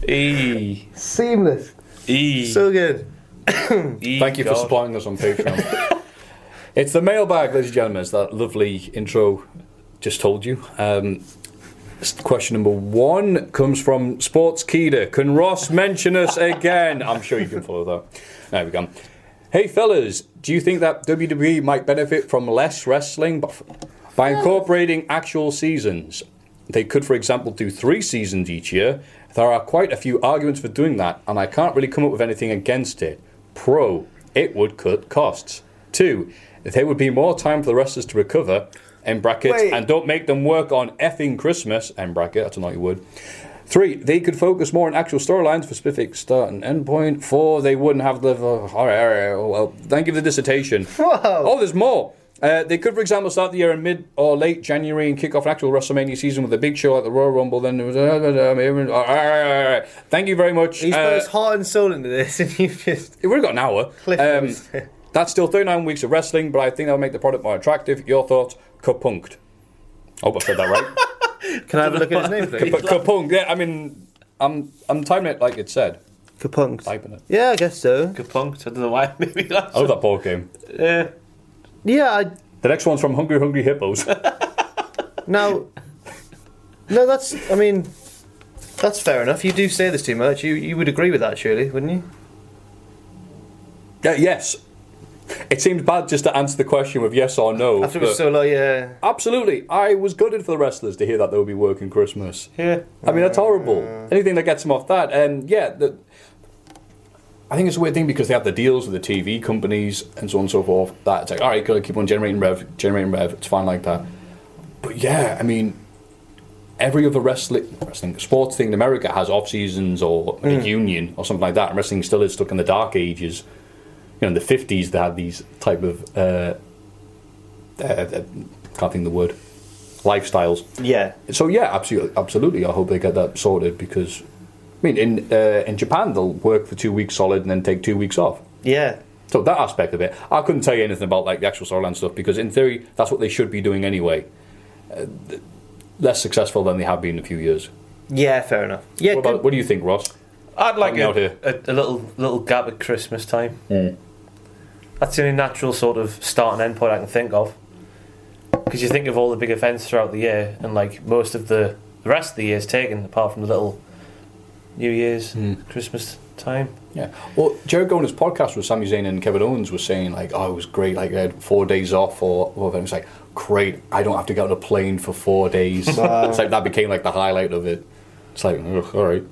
D: Eee.
C: Seamless.
D: Eee.
C: So good.
D: Eee,
B: Thank you for
D: God.
B: supporting us on Patreon. it's the mailbag, ladies and gentlemen. It's that lovely intro just told you. Um, s- question number one comes from Sports Keeda. Can Ross mention us again? I'm sure you can follow that. There we go. Hey, fellas, do you think that WWE might benefit from less wrestling by- by incorporating actual seasons? They could, for example, do three seasons each year. There are quite a few arguments for doing that, and I can't really come up with anything against it. Pro, it would cut costs. Two, there would be more time for the wrestlers to recover, in brackets,
C: Wait.
B: and don't make them work on effing Christmas, end bracket, that's a naughty word. Three, they could focus more on actual storylines for specific start and end point. Four, they wouldn't have the. all right, all right, oh, well, thank you for the dissertation. Oh, there's more. Uh, they could, for example, start the year in mid or late January and kick off an actual WrestleMania season with a big show at the Royal Rumble. Then it was. all right, all right, all right. Thank you very much.
C: He's put
B: Uh,
C: his Oh, heart and soul into this, and you've just.
B: We've already got an hour. Um,
C: Cliffhangers.
B: that's still 39 weeks of wrestling, but I think that'll make the product more attractive. Your thoughts? Kapunked. I hope I said that right.
C: Can I have a look at his name, please?
B: but kapunk, yeah, I mean, I'm I'm typing it like it said.
C: Kapunked.
B: Typing it.
C: Yeah, I guess so.
D: Kapunked. I don't know why. Maybe that's.
B: I love that ball game.
D: Yeah.
C: Yeah, I,
B: The next one's from Hungry Hungry Hippos.
C: now. No, that's. I mean, that's fair enough. You do say this too much. You you would agree with that, surely, wouldn't you?
B: yeah, yes. It seems bad just to answer the question with yes or no.
C: After it was
B: but-
C: so low, yeah.
B: absolutely. I was gutted for the wrestlers to hear that they would be working Christmas.
D: Yeah.
B: I mean, that's horrible. Anything that gets them off that, and yeah, the, I think it's a weird thing because they have the deals with the TV companies and so on and so forth. That it's like, all right, gotta keep on generating rev, generating rev. It's fine like that. But yeah, I mean, every other wrestling, wrestling sports thing in America has off seasons or a union or something like that. And wrestling still is stuck in the dark ages. You know, in the fifties, they had these type of uh, uh, uh, can't think of the word lifestyles.
C: Yeah.
B: So yeah, absolutely, absolutely. I hope they get that sorted because, I mean, in uh, in Japan they'll work for two weeks solid and then take two weeks off.
C: Yeah.
B: So that aspect of it, I couldn't tell you anything about like the actual storyline stuff because in theory that's what they should be doing anyway. Uh, th- less successful than they have been in a few years.
C: Yeah, fair enough. Yeah,
B: What, about,
C: good-
B: what do you think, Ross?
D: I'd like
B: Hang
D: a,
B: out here.
D: A, a little little gap at Christmas time. That's the only natural sort of start and end point I can think of. Because you think of all the big events throughout the year, and like most of the, the rest of the year's taken, apart from the little New Year's,
B: Hmm.
D: Christmas time.
B: Yeah. Well, Jared Goner's podcast with Sami Zayn and Kevin Owens was saying like, "Oh, it was great. Like, I had four days off, or whatever." It's like, "Great, I don't have to get on a plane for four days." it's like that became like the highlight of it. It's like, ugh, all right.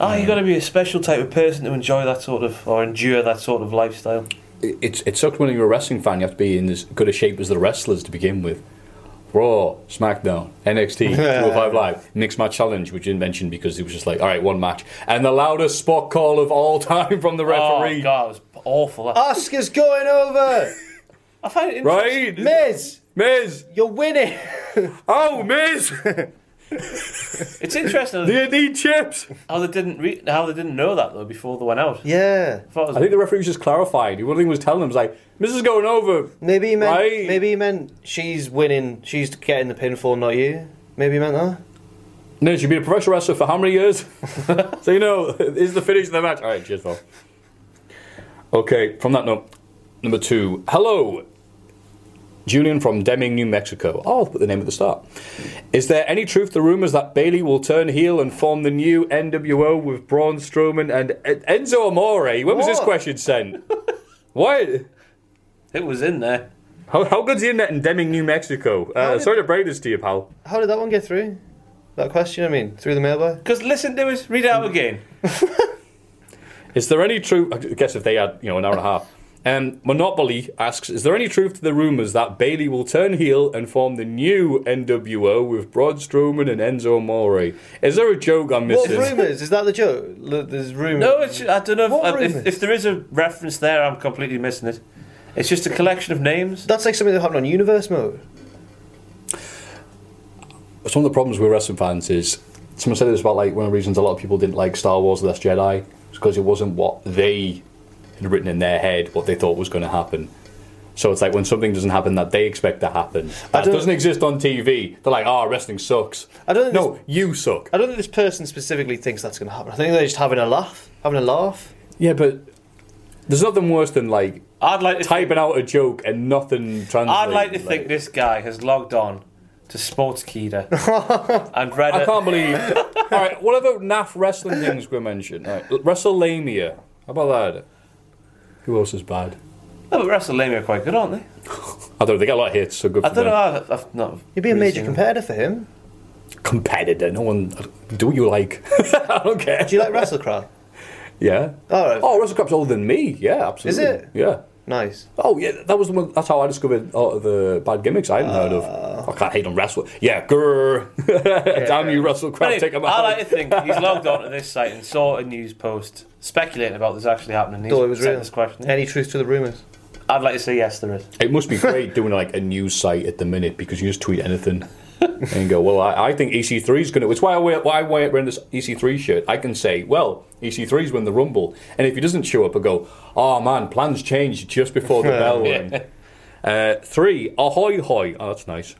D: Ah, you got to be a special type of person to enjoy that sort of or endure that sort of lifestyle.
B: it- it's it sucked when you're a wrestling fan. You have to be in as good a shape as the wrestlers to begin with. Raw, SmackDown, NXT, 205 Live, Mixed Match Challenge, which you didn't mention because it was just like, all right, one match. And the loudest spot call of all time from the
D: Oh
B: referee.
D: god, it was awful. I,
C: Oscar's going over.
D: I find it interesting.
B: Right?
C: Miz,
B: Miz!
C: you're winning.
B: Oh, Miz!
D: It's interesting
B: They need chips.
D: how they didn't re- how they didn't know that though before they went out.
C: Yeah.
D: I, thought it was-
B: I think the referee was just clarifying. One thing was telling him was like, "Mrs. going over."
C: Maybe he meant.
B: Right.
C: Maybe he meant she's winning. She's getting the pinfall, not you. Maybe he meant that.
B: No, she'd been a professional wrestler for how many years? so you know, this is the finish of the match. All right, cheers, Val. Okay, from that note, number two. Hello, Julian from Deming, New Mexico. Oh, I'll put the name at the start. Is there any truth to the rumours that Bailey will turn heel and form the new NWO with Braun Strowman and En- Enzo Amore? When was this
C: What?
B: question sent? what?
D: it was in there.
B: How, how good's the internet in Deming, New Mexico? Uh,
C: did-
B: sorry to break this to you, pal.
C: How did that one get through? That question, I mean, through the mailbag.
D: Because listen to it, read it out again.
B: Is there any truth? I guess if they had, you know, an hour and a half. Um, Monopoly asks: Is there any truth to the rumours that Bailey will turn heel and form the new NWO with Braun Strowman and Enzo Amore? Is there a joke I'm
C: What
B: missing?
C: rumours? Is that the joke? Look, there's rumours.
D: No, it's, I don't know
C: What
D: if, if,
C: rumours?
D: if there is a reference there. I'm completely missing it. It's just a collection of names.
C: That's like something that happened on Universe Mode.
B: Some of the problems with wrestling fans is someone said this about like one of the reasons a lot of people didn't like Star Wars: The Last Jedi was because it wasn't what they had written in their head, what they thought was going to happen. So it's like when something doesn't happen that they expect to happen, that
C: don't-
B: doesn't exist on TV. They're like, "Ah, wrestling sucks."
C: I don't think
B: No,
C: this-
B: you suck.
C: I don't think this person specifically thinks that's going to happen. I think they're just having a laugh. Having a laugh.
B: Yeah, but there's nothing worse than like
D: I'd like to think,
B: typing out a joke and nothing translating.
D: I'd like to think this guy has logged on to Sportskeeda and read
B: I
D: it.
B: can't believe. All right, what other naff wrestling things were mentioned? All right, WrestleMania. How about that? Who else is bad?
D: No, Oh, but WrestleMania are quite good, aren't they?
B: Although they got a lot of hits, so good for
D: I don't know.
B: them.
D: I've, I've not.
C: You'd be a
D: really
C: major
D: seen it.
C: competitor for him.
B: Competitor. No one. Do what you like. I don't care.
C: Do you like WrestleCraft?
B: Yeah.
C: All right.
B: Oh, WrestleCrap's older than me. Yeah, absolutely.
C: it?
B: Yeah.
C: Nice.
B: Oh yeah, that was the one. That's how I discovered a lot of the bad gimmicks I hadn't heard
D: Oh.
B: of. I can't hate on wrestling. Yeah, grr. Damn you, Russell Crowe.
D: Anyway,
B: Take him
D: I
B: out.
D: like to think he's logged on to this site and saw a news post speculating about this actually happening. He's
C: Thought it was
D: sent
C: real.
D: This question.
C: Any truth to the rumours?
D: I'd like to say yes, there is.
B: It must be great doing like a news site at the minute because you just tweet anything and go, well, I, I think EC3 is going to. It's why I wear, why I wear wearing this EC3 shirt. I can say, well, E EC3's win the Rumble. And if he doesn't show up, I go, oh man, plans changed just before the bell rang. Uh, three, ahoy hoy. Oh, that's nice.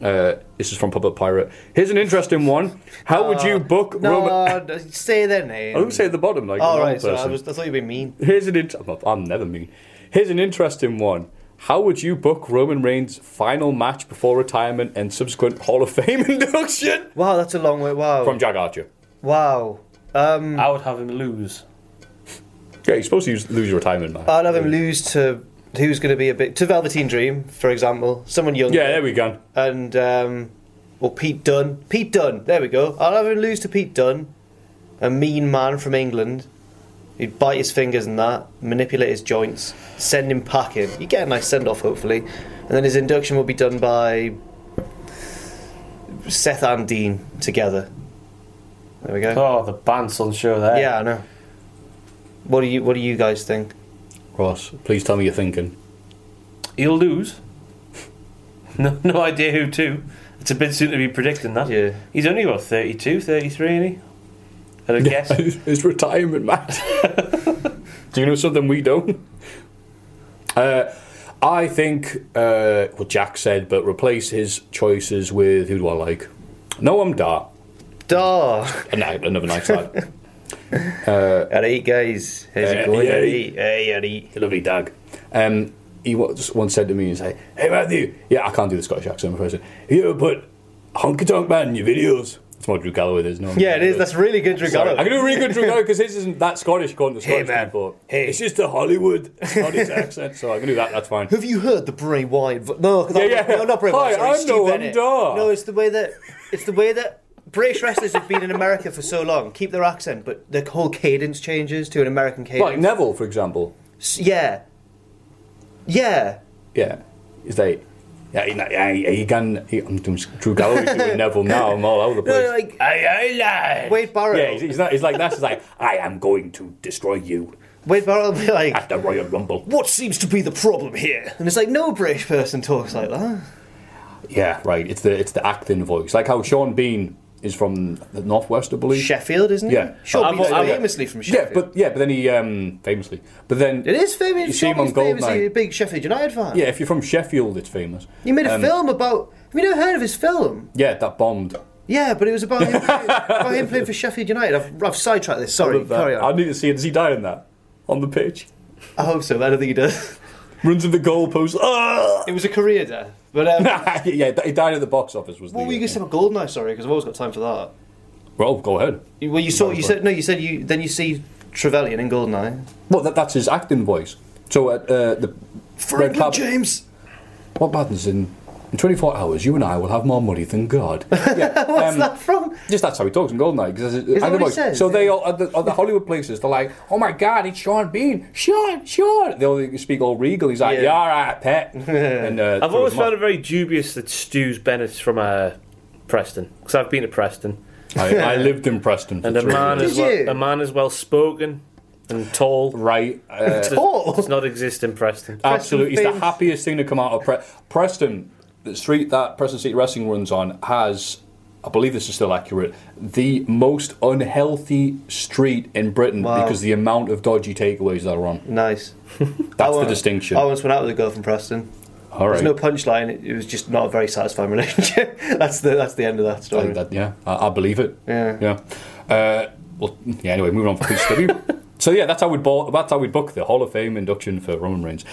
B: Uh, this is from Puppet Pirate. Here's an interesting one. How would you book
C: Uh, No,
B: Roman?
C: Oh, d- say their name.
B: I don't say at the bottom like
C: Oh,
B: the
C: right,
B: right,
C: so
B: person.
C: I, was, I thought you'd be mean.
B: Here's an int- I'm not- I'm never mean. Here's an interesting one. How would you book Roman Reigns' final match before retirement and subsequent Hall of Fame induction
C: Wow, that's a long way. Wow.
B: from Jack Archer?
C: wow. Um,
D: I would have him lose.
B: Yeah, you're supposed to use, lose your retirement match.
C: I'd have him lose to who's going to be a bit to Velveteen Dream, for example, someone young.
B: yeah, there we go.
C: and um, well, Pete Dunn. Pete Dunn. There we go. I'll have him lose to Pete Dunn, a mean man from England. He'd bite his fingers and that, manipulate his joints, send him packing. You get a nice send off, hopefully, and then his induction will be done by Seth and Dean together. There we go.
D: Oh, the band's on show there.
C: Yeah, I know. What do you What do you guys think?
B: Ross, please tell me you're thinking.
D: He'll lose. No, no idea who to. It's a bit soon to be predicting that.
C: Yeah.
D: He's only about 32, 33, isn't he? At a guess.
B: His retirement match. Do you know something we don't? Uh, I think uh, what Jack said, but replace his choices with who do I like? No, I'm Dar.
C: Duh.
B: Another nice lad.
C: At eight guys, how's
B: Eh,
C: it going?
B: yeah.
C: At eight, hey, at eight.
B: a lovely dag. Um, he once, once said to me, he's like, hey Matthew, yeah, I can't do the Scottish accent, I'm afraid. You ever put Honky Tonk Man in your videos? It's more Drew Galloway, there's no.
C: Yeah, it is. That's really good, Drew
B: Sorry.
C: Galloway.
B: I can do a really good Drew Galloway because his isn't that Scottish going to Scottish
C: man.
B: people.
C: Hey.
B: It's just a Hollywood Scottish accent, so I can do that, that's fine.
C: Have you heard the Bray Wyatt? vo- No, that,
B: Yeah, yeah.
C: no, not Bray Wyatt.
B: Hi,
C: sorry,
B: I'm
C: Steve
B: Noam
C: Bennett.
B: Dar.
C: No, it's the way that it's the way that British wrestlers have been in America for so long. Keep their accent, but the whole cadence changes to an American
B: Like
C: cadence.
B: Neville, for example.
C: S- yeah, yeah.
B: Yeah. Is they. Yeah, he, yeah, he, he can. He, I'm doing Drew Galloway doing Neville now. I'm all over the
C: No,
B: place.
C: no, like
D: Aye, aye, lad.
C: Wade Barrett.
B: yeah, he's, he's, not, he's like that. He's like, I am going to destroy you
C: Wade Barrett will be like,
B: at the Royal Rumble.
C: "What seems to be the problem here?" And it's like, no British person talks like that.
B: Yeah, right. It's the it's the acting voice, like how Sean Bean is from the northwest, I believe.
C: Sheffield, isn't it?
B: Yeah.
C: Sure,
D: I've-
C: he's
D: I've-
C: famously from
B: Yeah,
C: Sheffield.
B: but yeah, but then he um, famously, but then
C: It is famous.
B: You see him
C: Sean
B: on
C: is famously a
B: Goldeneye.
C: big Sheffield United fan.
B: Yeah, if you're from Sheffield, it's famous.
C: You made a
B: Um,
C: film about. Have you never heard of his film?
B: Yeah, that bombed.
C: Yeah, but it was about him, playing, about him playing for Sheffield United. I've, I've sidetracked this. Sorry,
B: Love that.
C: carry
B: I
C: on.
B: need to see it. Does he die in that on the pitch?
C: I hope so. but I don't think he does.
B: Runs into the goalpost. Ah!
C: It was a career death. But um,
B: yeah, he died at the box office. Was
C: what
B: the, uh,
C: were you going to say about Goldeneye? Sorry, because I've always got time for that.
B: Well, go ahead.
C: You- Well, you saw.
B: That
C: You
B: was
C: said no. You said you then you see Trevelyan in Goldeneye.
B: Well, that, that's his acting voice. So at uh, the red
C: Franklin
B: carpet-
C: James.
B: What happens in, in 24 hours? You and I will have more money than God. Yeah,
C: What's
B: um,
C: that from?
B: Just that's how he talks in Goldeneye. Cause it's-
C: that
B: I don't
C: what he
B: know.
C: says?
B: So they
C: Yeah.
B: all at the, at the Hollywood places. They're like, "Oh my God, it's Sean Bean, Sean, Sean." They all speak all regal. He's like,
C: Yeah.
B: "Yeah, all right, pet." and, uh,
D: I've always found
B: throws
D: it very dubious that Stu's Bennett's from uh, Preston because I've been to Preston,
B: him off. I, I lived in Preston for
D: and a
B: three
D: man
B: years.
D: is
C: Did
D: well,
C: you?
D: a man is well spoken and tall.
B: right. Uh,
C: Tall?
D: does not exist in Preston.
B: Absolutely, it's the
C: famous-
B: happiest thing to come out of Pre- Preston. The street that Preston City Wrestling runs on has, I believe this is still accurate, the most unhealthy street in Britain
C: Wow.
B: because the amount of dodgy takeaways that are on.
C: Nice. I
B: That's the
C: once-
B: distinction.
C: I once went out with a girl from Preston.
B: All right.
C: There's no punchline. It, it was just not a very satisfying relationship. that's the that's the end of that story.
B: Like that, yeah, I, I believe it.
C: Yeah.
B: yeah. Uh, well, yeah. Anyway, moving on from PCW. so yeah, that's how we bought, that's how we book the Hall of Fame induction for Roman Reigns.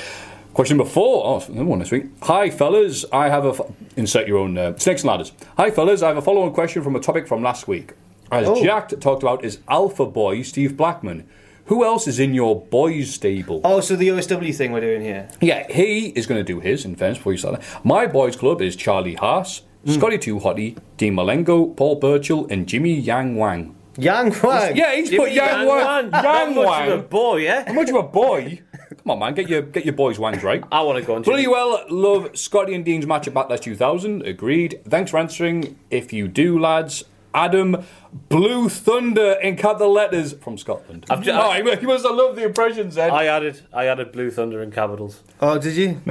B: Question number four. Oh, it's another one this week. Hi, fellas. I have a fo- insert your own uh, snakes and ladders. Hi, fellas. I have a follow-on question from a topic from last week. As
C: Oh.
B: Jack talked about, is Alpha Boy Steve Blackman. Who else is in your boys' stable?
C: Oh, so the OSW thing we're doing here.
B: Yeah, he is going to do his, in fairness, before you start that. My boys' club is Charlie Haas,
D: Hmm.
B: Scotty Too Hotty, Dean Malengo, Paul Birchall, and Jimmy Yang Wang.
C: Yang Huang.
B: Yeah, he's put Yang, Wang. Yang
D: much of a
B: Wang.
D: boy, yeah.
B: How much of a boy? Come on, man, get your get your boys' wangs right.
D: I want to go on.
B: Bloody
D: Jimmy.
B: well, love Scotty and Dean's match at Backlash 2000. Agreed. Thanks for answering. If you do, lads, Adam Blue Thunder in capital letters from Scotland.
D: I've ju-
B: oh, he must have loved the impressions then.
D: I added, I added Blue Thunder in capitals.
C: Oh, did you?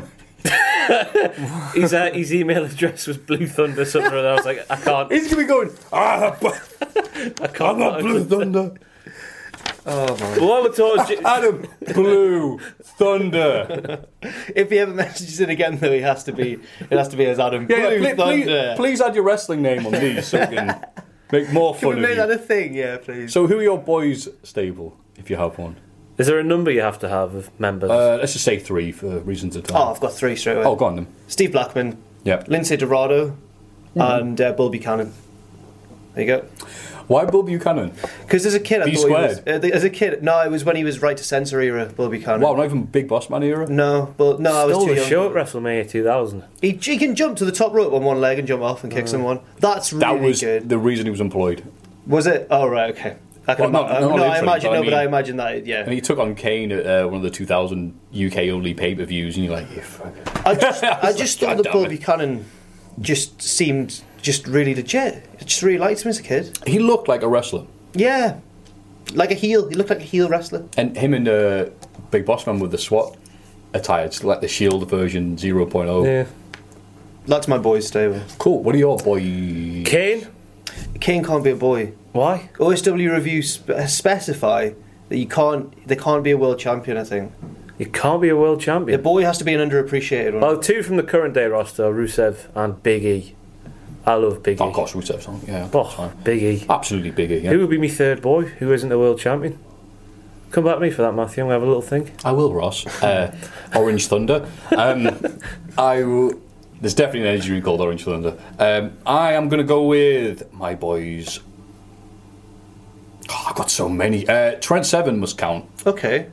D: His, uh, his email address was Blue Thunder something, and I was like, I can't.
B: He's gonna be going. Ah,
D: I can't.
B: Thunder.
D: Well, I thought Ji-
B: Adam Blue Thunder.
C: if he ever messages it again, though, he has to be. It has to be as Adam
B: Yeah,
C: Blue
B: yeah, pl- please,
C: Thunder.
B: please add your wrestling name on these so we can make more
C: Can
B: fun
C: we make
B: of
C: that
B: you.
C: a thing? Yeah, please.
B: So, who are your boys' stable if you have one?
D: is there a number you have to have of members?
B: Uh, let's just say three for reasons of time.
C: oh, I've got three straight away.
B: Oh, go on then.
C: Steve Blackman.
B: Yeah.
C: Lindsay Dorado, and uh, Bull Buchanan. There you go.
B: Why Bill Buchanan?
C: Because as a kid, I
B: B
C: thought he
B: squared.
C: was. Uh, th- as a kid, no, it was when he was right to censor era. Bull Buchanan.
B: Wow, not even Big Boss Man era.
C: No, but no, I was
D: Stole
C: too
D: the
C: young.
D: show at WrestleMania 2000.
C: He, he can jump to the top rope on one leg and jump off and kick someone. That's really
B: That was
C: good.
B: the reason he was employed,
C: Was it? Oh right, okay. I can
B: Well, no,
C: ima-
B: no,
C: no,
B: not
C: I
B: literally,
C: imagine
B: but I
C: no, but I
B: mean-
C: imagine that.
B: and
C: Yeah,
B: he took on Kane at uh, one of the 2000 UK only pay per views, and you're like, yeah, fuck it.
C: I just I just
B: God
C: thought that
B: damn
C: Bull
B: it.
C: Buchanan just seemed just really legit. I just really liked him as a kid.
B: he looked like a wrestler.
C: Yeah, like a heel. He looked like a heel wrestler.
B: And him and uh, Big Boss Man with the SWAT attire, it's like the Shield E version 0.0.
C: That's my boy's stable.
B: Cool. What are your boy?
D: Kane.
C: Kane can't be a boy.
D: Why?
C: OSW review sp- specify that you can't. They can't be a world champion. I think
D: You can't be a world
C: the
D: champion.
C: boy has to be an underappreciated one.
D: Well, two from the current day roster: Rusev and Big E. I love Big E.
B: Oh, gosh, Rusev's on. Yeah.
D: Oh, Big E.
B: Absolutely bigger. Yeah.
D: Who would be my third boy who isn't a world champion? Come back to me for that, Matthew. and we have a little thing.
B: I will, Ross. Uh, Orange Thunder. Um, I will. There's definitely an energy drink called Orange Thunder. Um, I am going to go with my boys. Oh, I've got so many. Uh, Trent Seven must count.
C: Okay.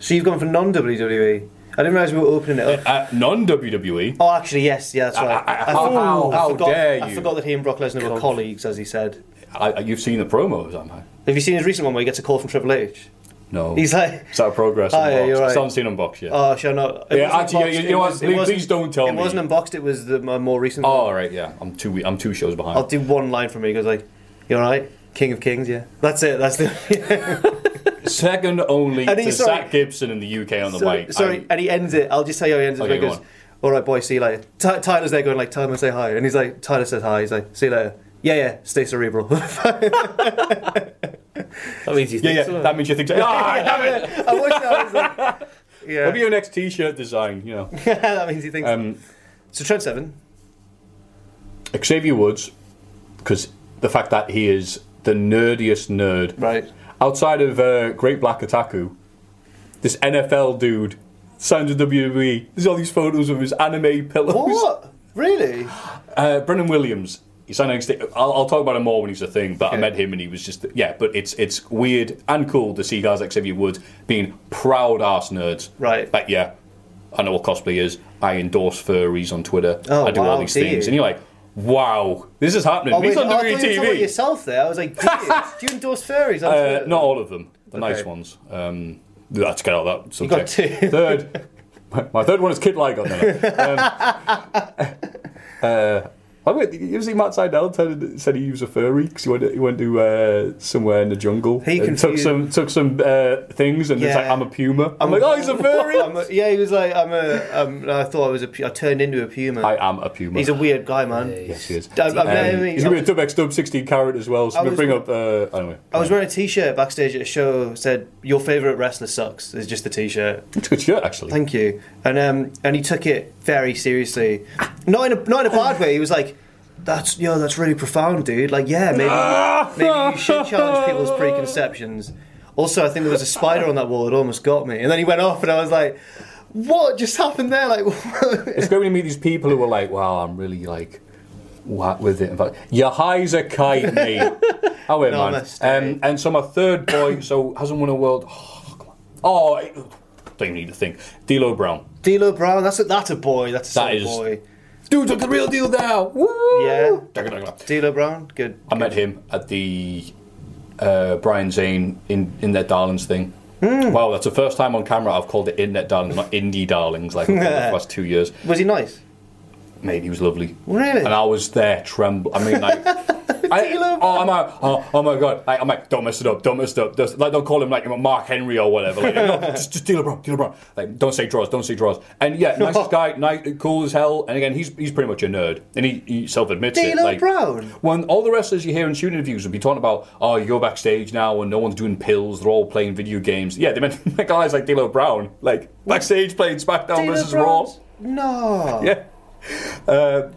C: So you've gone for non WWE. I didn't realise we were opening it up.
B: Uh, non WWE.
C: Oh, actually, yes, yeah, that's right.
B: I- I- how- how- how
C: forgot,
B: dare
C: I
B: you.
C: forgot that he and Brock Lesnar were colleagues, as he said.
B: I, I- you've seen the promos, haven't I?
C: Have you seen his recent one where he gets a call from Triple H?
B: No.
C: He's like-
B: Is that a progress?
C: Oh, yeah,
B: unboxed?
C: you're right.
B: I haven't seen unboxed yet.
C: Oh, shall I not? it
B: Yeah,
C: wasn't
B: actually, yeah,
C: unboxed,
B: you know
C: it
B: what,
C: was- it
B: please-
C: wasn't-
B: please don't tell
C: it
B: me.
C: wasn't unboxed. It was the my more recent.
B: Oh,
C: one.
B: right, yeah. I'm two. I'm two shows behind.
C: I'll do one line from me. He goes like, "You all right? King of Kings, yeah." That's it. That's the.
B: Second only
C: And
B: to
C: he's sorry-
B: Zach Gibson in the UK on the
C: sorry,
B: mic.
C: sorry,
B: I,
C: and he ends it. I'll just tell you how he ends it.
B: Okay,
C: he
B: go
C: goes,
B: on.
C: all right, boy, see you later. Ty Tyler's there going like, Tyler, say hi. And he's like, Tyler says hi. He's like, see you later. Yeah, yeah, stay cerebral.
D: That means you
B: Yeah,
D: think
B: yeah.
D: so.
B: That means you think. Ah, damn it!
C: I wish I was like, yeah.
B: What be your next T-shirt design? You know,
C: that means he thinks.
B: um,
C: so Trent Seven.
B: Xavier Woods, because the fact that he is the nerdiest nerd,
C: Right.
B: Outside of uh, Great Black Otaku, this NFL dude signed to WWE. There's all these photos of his anime pillows.
C: What? Really?
B: Uh, Brennan Williams. He signed next. To, I'll, I'll talk about him more when he's a thing. But I
C: Okay.
B: met him and he was just yeah. But it's it's weird and cool to see guys like Xavier Woods being proud ass nerds.
C: Right.
B: But yeah, I know what cosplay is. I endorse furries on Twitter.
C: Oh,
B: I do all
C: wow,
B: these
C: do
B: things,
C: you? Oh,
B: and you're like, wow, this is happening.
C: wait,
B: he's on
C: I thought you
B: WWE
C: were talking about
B: TV.
C: yourself there. I was like, do you, do you endorse furries? On
B: Uh,
C: Twitter?
B: not all of them. The
C: um, Okay.
B: nice ones. Um, let's get out of that
C: got
B: subject.
C: two.
B: Third, my, my third one is Kid Ligon. Um, uh, by the way, did you see Matt Seidel turned- said he was a furry because he went, he went to uh, somewhere in the jungle
C: He
B: and took
C: confused-
B: some took some uh, things and it's
C: Yeah.
B: like I'm a puma. I'm, like, oh, he's a furry.
C: I'm a- yeah, he was like, I'm a. Um, I thought I was a. pu- I turned into a puma.
B: I am a puma.
C: He's a weird guy, man.
B: Yes, he is.
C: I- I've never-
B: Um, he's gonna be a dub X dub 16 carat as well. So
C: I
B: I'm gonna
C: was-
B: bring up. Uh, anyway,
C: I was wearing a T-shirt backstage at a show. Said your favorite wrestler sucks. It's just the T-shirt.
B: it's a good shirt actually.
C: Thank you. And um, and he took it very seriously. Not in a not in a bad way. He was like, "That's yo, that's really profound, dude. Like, yeah, maybe maybe you should challenge people's preconceptions." Also, I think there was a spider on that wall that almost got me. And then he went off, and I was like, "What just happened there?" Like,
B: it's great when you meet these people who are like, "Wow, I'm really like what with it." In fact, your high's a kite, mate. Oh wait, man.
C: Namaste.
B: Um, and so my third boy, so hasn't won a world. Oh, come on. oh I don't even need to think. D'Lo Brown,
C: D'Lo Brown. That's a, that's a boy. That's a
B: That
C: solid
B: is-
C: boy.
B: dude, took the real deal now. Woo!
C: Yeah.
B: I
C: D'Lo Brown. Good.
B: met him at the uh, Brian Zane in in their darlings thing. Wow, that's the first time on camera I've called it Internet Darlings, not Indie Darlings, like I've called it for the last two years.
C: Was he nice?
B: mate, he was lovely.
C: Really?
B: And I was there tremble. I mean, like. I,
C: Taylor.
B: oh, I'm like, oh, oh my god! Like, I'm like, don't mess it up, don't mess it up. Just- like, don't call him like Mark Henry or whatever. Like, no, just, just Dealer Brown, Dealer Brown. Like, don't say draws, don't say draws. And yeah, nicest guy, nice, cool as hell. And again, he's he's pretty much a nerd, and he, he self admits it.
C: Taylor
B: like,
C: Brown?
B: When all the wrestlers you hear in shooting interviews would be talking about, oh, you go backstage now, and no one's doing pills, they're all playing video games. Yeah, they meant like guys like Dealer Brown, like backstage playing SmackDown
C: D'Lo
B: versus Raw.
C: Brown's- No.
B: Yeah. Uh,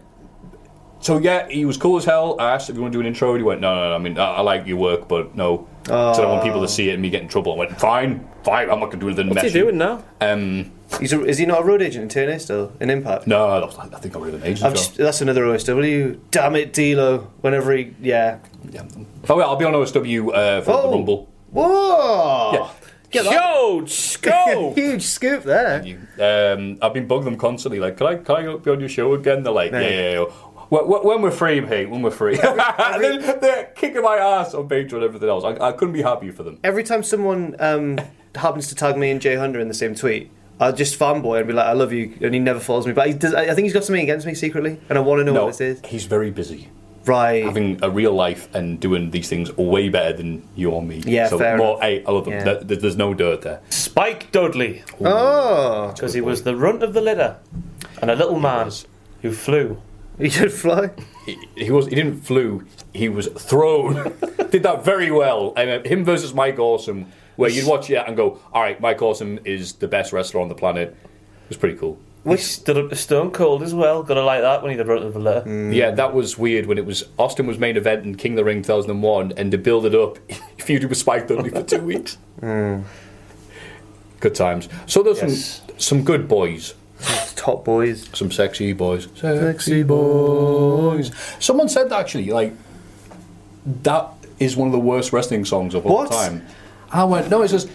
B: so yeah, he was cool as hell. I asked if you want to do an intro, and he went, "No, no, no. I mean, I, I like your work, but no." So I don't want people to see it and me get in trouble. I went, "Fine, fine. I'm not going to do anything."
D: What's he
B: messy."
D: doing now?
B: Um,
C: He's a, is he not a road agent in TNA still? In Impact?
B: no, I, don't- I think I'm really an agent.
C: I've just, that's another OSW. Damn it, D'Lo. Whenever he, yeah.
B: yeah. Oh well, I'll be on OSW uh, for the
C: Oh.
B: Rumble.
C: Whoa!
B: Yeah.
C: Get that.
D: Huge scope!
C: Huge scoop there.
B: Um, I've been bugging them constantly. Like, can I can I go be on your show again? They're like, yeah, yeah, yeah. When, when we're free, mate. When we're free. And then they're kicking my ass on Patreon and everything else. I, I couldn't be happier for them.
C: Every time someone um, happens to tag me and Jay Hunter in the same tweet, I'll just fanboy and be like, I love you, and he never follows me. But he does, I I think he's got something against me secretly, and I want to know
B: No,
C: what this is.
B: he's very busy.
C: Right.
B: having a real life and doing these things way better than you or me.
C: Yeah,
B: so
C: fair
B: more,
C: enough.
B: hey, I love them.
C: Yeah.
B: There- there- there's no dirt there.
D: Spike Dudley,
C: oh!
D: because he was the runt of the litter and a little man who flew.
C: He should fly.
B: He, he was. He didn't flew. He was thrown. Did that very well. And, uh, him versus Mike Awesome, where you'd watch that and go, "All right, Mike Awesome is the best wrestler on the planet." It was pretty cool.
D: He stood up to Stone Cold as well. Gotta like that when he's the runt of the litter.
B: Yeah, that was weird when it was Austin was main event in King of the Ring 2001, and to build it up, he feuded with Spike Dudley for two weeks. Good times. So there's
D: Yes.
B: some some good boys.
C: Top boys.
B: Some sexy boys.
C: Sexy boys.
B: Someone said that actually, like that is one of the worst wrestling songs of all
C: What?
B: time. I went, no, it's just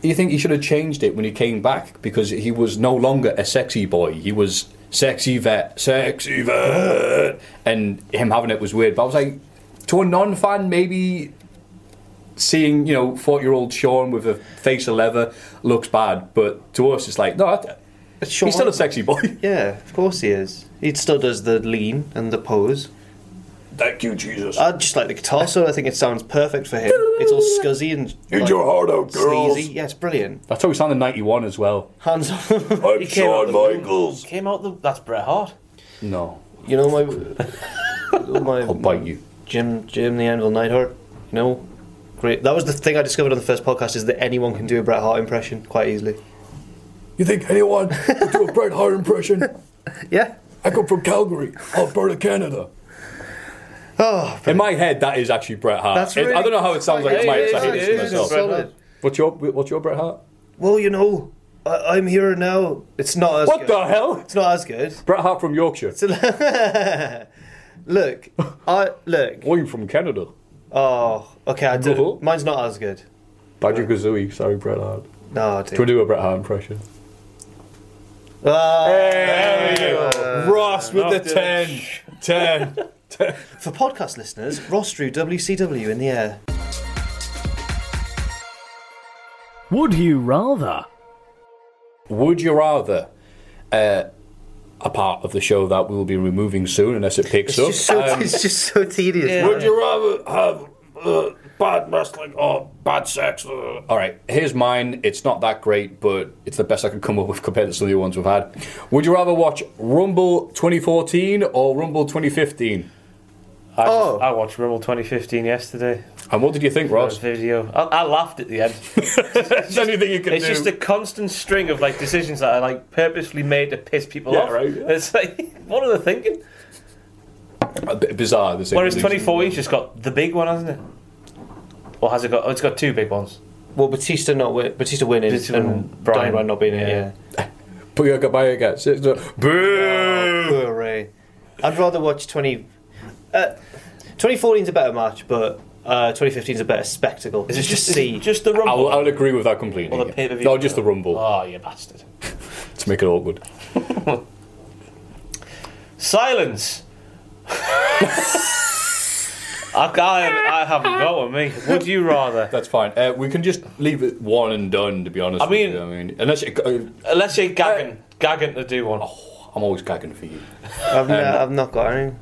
B: you think he should have changed it when he came back because he was no longer a sexy boy. He was sexy vet, sexy vet, and him having it was weird. But I was like, to a non-fan, maybe seeing you know forty-year-old Sean with a face of leather looks bad, but to us, it's like no, that-
C: It's Shawn.
B: he's still a sexy boy.
C: Yeah, of course he is. He still does the lean and the pose.
B: Thank you, Jesus.
C: I just like the guitar solo. I think it sounds perfect for him. It's all scuzzy and
B: Eat your heart out, girls.
C: sleazy. Yeah, it's brilliant.
B: That's how we sound in '91 as well.
C: Hands on.
B: I'm
D: came out
B: Shawn
D: of the blue.
B: Michaels.
D: Came out the. That's Bret Hart.
B: No,
C: You know my, my
B: I'll bite you.
C: Jim Jim the Anvil Neidhart. You know, great. That was the thing I discovered on the first podcast is that anyone can do a Bret Hart impression quite easily.
B: You think anyone could do a Bret Hart impression?
C: Yeah.
B: I come from Calgary, Alberta, Canada.
C: Oh,
B: In my head, that is actually Bret Hart.
C: That's
B: It- I don't know how it sounds like it's my
D: it
B: head. I hate
D: is,
B: this
D: it is,
B: myself.
D: it's
C: solid.
B: What's your What's your Bret Hart?
C: Well, you know, I, I'm here now. It's not as
B: What
C: good.
B: the hell?
C: It's not as good.
B: Bret Hart from Yorkshire.
C: Look, I look.
B: William from Canada.
C: Oh, okay. I do.
B: No.
C: Mine's not as good.
B: Badger Kazooie. Sorry, Bret Hart.
C: No,
B: Do we
C: dude.
B: do a Bret Hart impression?
C: Ah,
B: Ross with the 10. 10.
C: for podcast listeners, Ross drew WCW in the air.
A: Would you rather?
B: Would you rather, uh, a part of the show that we will be removing soon unless it picks
C: It's
B: up,
C: just so,
B: um,
C: it's just so tedious. man.
B: Would you rather have uh, bad wrestling or bad sex? Uh, All right, here's mine. It's not that great, but it's the best I could come up with compared to some of the ones we've had. Would you rather watch Rumble 2014 or Rumble 2015?
D: I,
C: Oh.
D: I watched Rumble 2015 yesterday.
B: And what did you think,
D: That
B: Ross?
D: video. I, I laughed at the end.
B: Is there anything you can
D: It's
B: do?
D: just a constant string of like decisions that are like purposely made to piss people
B: Yeah,
D: off.
B: right, yeah.
D: It's like, what are they thinking?
B: a bit bizarre. to say The
D: Whereas
B: least.
D: 2014's just got the big one, hasn't it? Or has it got? Oh, it's got two big ones.
C: Well, Batista not win- Batista winning
D: Batista
C: and
D: and
C: Brian
D: Bryan.
C: Bryan not being in it.
D: Yeah.
C: Yeah.
B: Put your goodbye again. Sit down. Boo!
C: Hooray. I'd rather watch 20. Uh, 2014 is a better match, but uh, 2015 is a better spectacle.
D: Is it
C: It's
D: just
C: just see.
D: Is it just the
B: I
D: rumble?
B: will, I will agree with that completely.
D: Or the pay-per-view?
B: no, just the Rumble
D: Oh, you bastard!
B: to make it awkward.
D: Silence. I, I, I haven't got one, me. Would you rather?
B: That's fine. Uh, we can just leave it one and done. To be honest,
D: I
B: with
D: mean-
B: you. I mean, unless it, uh,
D: Unless you're gagging, gagging to do one.
B: I'm always gagging for you.
C: I've, no, I've not got any.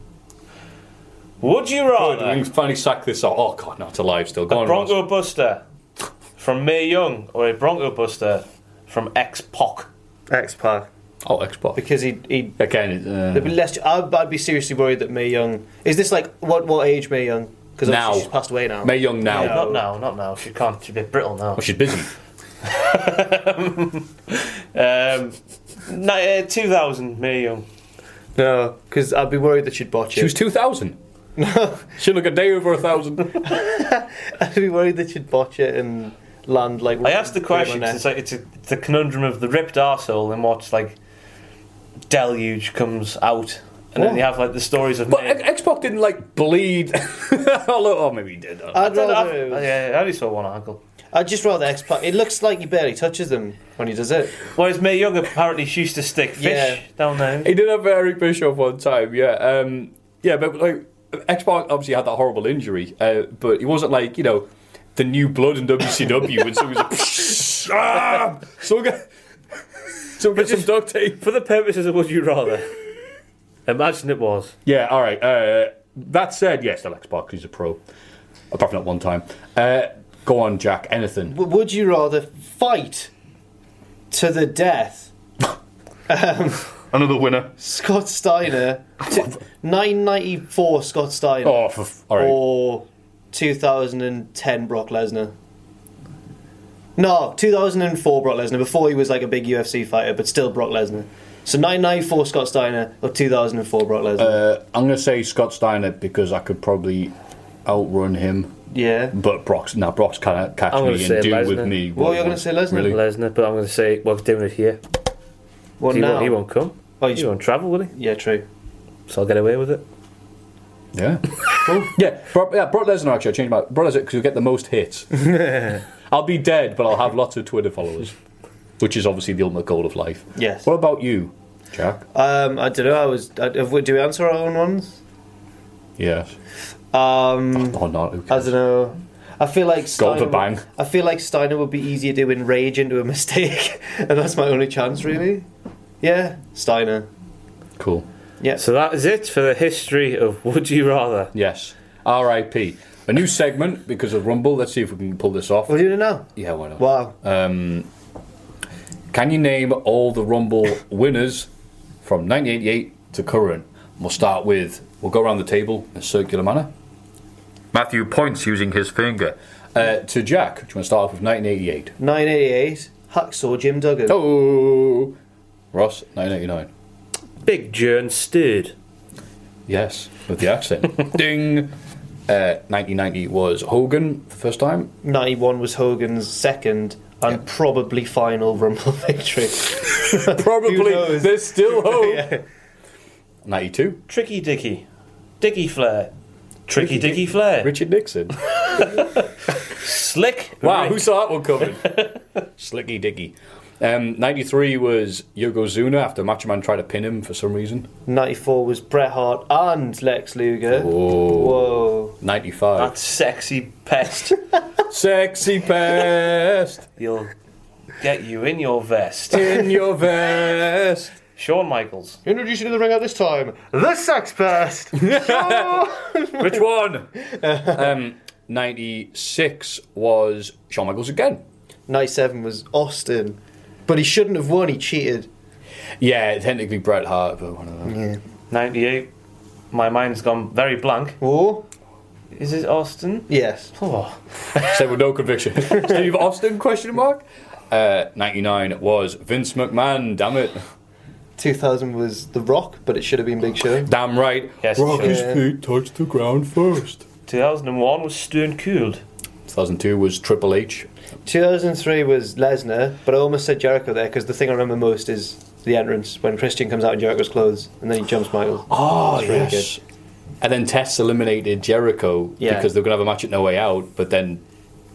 D: Would you
B: Good, we
D: rather
B: can finally sack this out. Oh god, no, it's alive still. Go
D: a
B: on,
D: Bronco
B: Ross.
D: Buster from Mae Young or a Bronco Buster from X Pac?
C: X Pac.
B: Oh, Xbox.
C: Because he'd. he'd
B: Again, it's,
C: there'd be
B: uh,
C: less, I'd, I'd be seriously worried that May Young. Is this like. What what age May Young? Because
B: now
C: she's passed away now.
B: May Young now.
D: Not now, not now. She can't. She's a bit brittle now.
B: Oh, she's busy.
D: Um, ni- uh, 2000, Mae Young.
C: No, because I'd be worried that she'd botch
B: She
C: it.
B: was two thousand. She'll look a day over a thousand.
C: I'd be worried that she'd botch it and land like.
D: I asked the
C: right on
D: question
C: her.
D: 'cause it's like it's, a, it's the conundrum of the ripped arsehole and what's like deluge comes out, and
C: Oh.
D: then you have like the stories of.
B: But
D: Mae-
B: X- Xbox didn't like bleed. all over- oh, maybe he did. I don't know.
C: I'd
D: I don't know,
C: rather.
D: I've- yeah, I only saw one ankle.
C: I'd just rather X Pac. It looks like he barely touches them when he does it.
D: Whereas Mae Young apparently she used to stick fish
C: Yeah.
D: down there.
B: He did have Eric Bischoff one time, yeah. Um, yeah, but like Xbox obviously had that horrible injury, uh, but he wasn't like, you know, the new blood in WCW and so he was like ah! So get, so get some duct tape.
D: For the purposes of Would You Rather, imagine it was.
B: Yeah, alright. Uh, that said, yes, still Xbox, he's a pro. Apart from that one time. Uh, go on, Jack, anything.
C: W- Would you rather fight to the death
B: Another winner.
C: Scott Steiner, t- 994 Scott Steiner,
B: Oh, for f- all right.
C: or 2010 Brock Lesnar? No, 2004 Brock Lesnar, before he was like a big UFC fighter, but still Brock Lesnar. So 994 Scott Steiner or 2004 Brock Lesnar?
B: Uh, I'm going to say Scott Steiner because I could probably outrun him.
C: yeah.
B: But Brock's now Brock's kind of catch
D: I'm gonna
B: me
D: say
B: and do
D: Lesnar.
B: with me.
C: Well,
B: what
C: you're
B: he
C: gonna say
B: wants,
C: Lesnar?
B: really.
D: Lesnar, but I'm going to say, well, he's doing it here.
C: Well,
D: he,
C: now.
D: won't, he won't come.
C: Oh, you
D: He won't travel, will he?
C: Yeah, true.
D: So I'll get away with it.
B: Yeah, yeah, Brock, yeah. Brock Lesnar actually, I changed my Brock Lesnar because you get the most hits. I'll be dead, but I'll have lots of Twitter followers, which is obviously the ultimate goal of life.
C: Yes.
B: What about you, Jack?
C: Um, I don't know. I was. I, have we, do we answer our own ones?
B: yes.
C: Um,
B: Or not? Who
C: I
B: cares?
C: don't know. I feel like
B: Go
C: Steiner,
B: for bang.
C: I feel like Steiner would be easier to enrage into a mistake, and that's my only chance, really. Yeah, Steiner.
B: Cool.
C: Yeah.
D: So that is it for the history of Would You Rather.
B: Yes. R.I.P. A new segment because of Rumble. Let's see if we can pull this off.
C: We're doing it now.
B: Yeah, why not?
C: Wow.
B: Uh, Can you name all the Rumble winners from 1988 to current? We'll start with, we'll go around the table in a circular manner. Matthew points using his finger. Uh, to Jack, do you want to start off with 1988?
C: 988, Hacksaw Jim Duggan.
B: Oh! Ross, 1989.
D: Big Jern stirred.
B: Yes, with the accent. Ding! Uh, 1990 was Hogan for the first time.
C: 91 was Hogan's second and probably final Rumble victory. Who
B: Probably,
C: knows?
B: there's still hope. 92,
D: Tricky Dicky. Dicky Flair. Tricky Dicky Flair.
B: Richard Nixon.
D: Slick.
B: Wow,
D: Rick.
B: who saw that one coming? Slicky Dicky. Um, 93 was Yokozuna after Macho Man tried to pin him for some reason.
C: 94 was Bret Hart and Lex Luger.
B: Oh,
C: Whoa.
B: 95.
D: That sexy pest.
B: Sexy pest
D: He'll get you in your vest.
B: in your vest.
D: Shawn Michaels.
C: Introducing to the ring at this time, the Sex Pest.
B: Which one? Um, 96 was Shawn Michaels again.
C: 97 was Austin. But he shouldn't have won, he cheated.
B: Yeah, technically Bret Hart, but one of them.
D: 98. My mind's gone very blank.
C: Oh?
D: Is it Austin?
C: Yes.
D: Oh.
B: Said with no conviction. Steve Austin, question mark. Uh, 99 was Vince McMahon, damn it.
C: 2000 was The Rock, but it should have been Big Show.
B: Damn right.
D: Yes,
B: Rock
D: sure.
B: his feet touch the ground first.
D: 2001 was Stern Cooled.
B: 2002 was Triple H.
C: 2003 was Lesnar, but I almost said Jericho there because the thing I remember most is the entrance when Christian comes out in Jericho's clothes and then he jumps Michaels.
B: Oh,
C: Ah, yes.
B: And then Test eliminated Jericho
C: Yeah.
B: because they were going to have a match at No Way Out, but then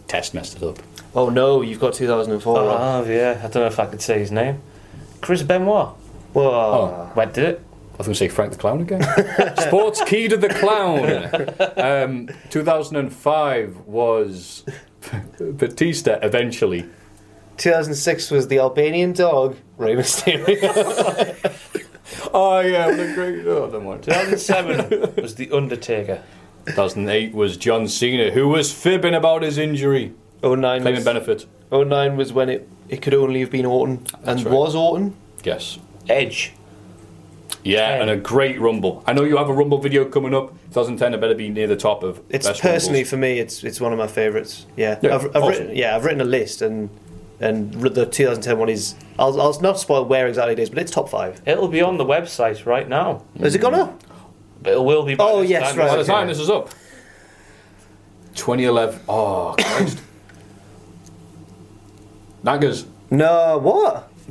B: Test messed it up.
C: Oh no, you've got 2004. Rob.
D: Oh, yeah. I don't know if I could say his name. Chris Benoit. Oh.
C: Whoa.
D: Went did it.
B: I was going to say Frank the Clown again. Sports Key to the Clown. Um, 2005 was Batista eventually.
C: 2006 was the Albanian dog, Rey Mysterio.
B: Oh, yeah, what a great. Oh, don't mind.
D: 2007 was The Undertaker.
B: 2008 was John Cena, who was fibbing about his injury,
C: 09
B: claiming
C: was,
B: benefit.
C: 09 was when it, it could only have been Orton and
B: right.
C: was Orton.
B: Yes.
D: Edge.
B: Yeah,
D: Ten.
B: and a great Rumble. I know you have a Rumble video coming up. 2010, I better be near the top of.
C: It's
B: best
C: personally
B: Rumbles.
C: for me, it's it's one of my favourites. Yeah,
B: Yeah,
C: I've, I've
B: awesome.
C: written yeah I've written a list and and r- the 2010 one is I'll, I'll not spoil where exactly it is, but it's top five.
D: It'll be on the website right now.
C: Has it gone up?
D: It will be. by
C: Oh,
D: this
C: yes,
D: time.
C: right.
B: By the
C: Okay.
B: time this is up, 2011. Oh, Christ. Naggers.
C: No, what? Oh, I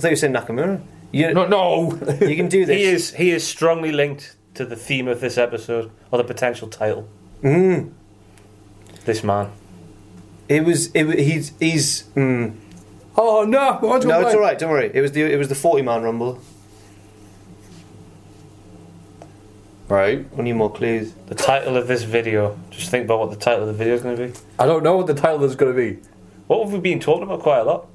C: thought you were saying Nakamura. You,
B: No, no.
C: you can do this.
D: He is he is strongly linked to the theme of this episode or the potential title.
C: Mm-hmm.
D: This man.
C: It was. It, wa- he's. He's. Mm,
B: oh no. No, it's
C: no, it's all right. Don't worry. It was the. It was the 40 man rumble.
B: Right.
C: I need more clues.
D: The title of this video. Just think about what the title of the video is going to be.
B: I don't know what the title is going to be.
D: What have we been talking about quite a lot?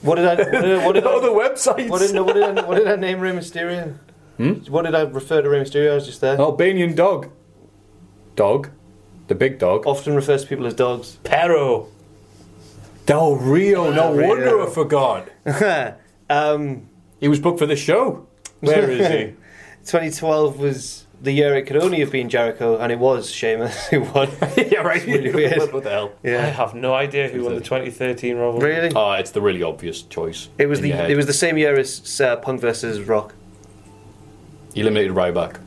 C: What did I? What did I? What did I,
B: Other websites.
C: what did, no, what did I, what did I name Rey Mysterio? Hmm? What did I refer to Rey Mysterio? I was just there.
B: Oh. Albanian dog. Dog. The big dog.
C: Often refers to people as dogs.
D: Pero.
B: Del Rio. No
C: Rio.
B: wonder I forgot.
C: um,
B: He was booked for the show. Where is he?
C: 2012 was the year it could only have been Jericho, and it was Sheamus who won.
B: yeah, right.
C: really weird.
B: What, what the hell?
D: I
C: yeah,
D: have no idea who won the 2013 Rumble.
C: really.
B: Oh, it's the really obvious choice.
C: It was
B: in
C: the
B: your head.
C: it was the same year as uh, Punk versus Rock.
B: He eliminated Ryback.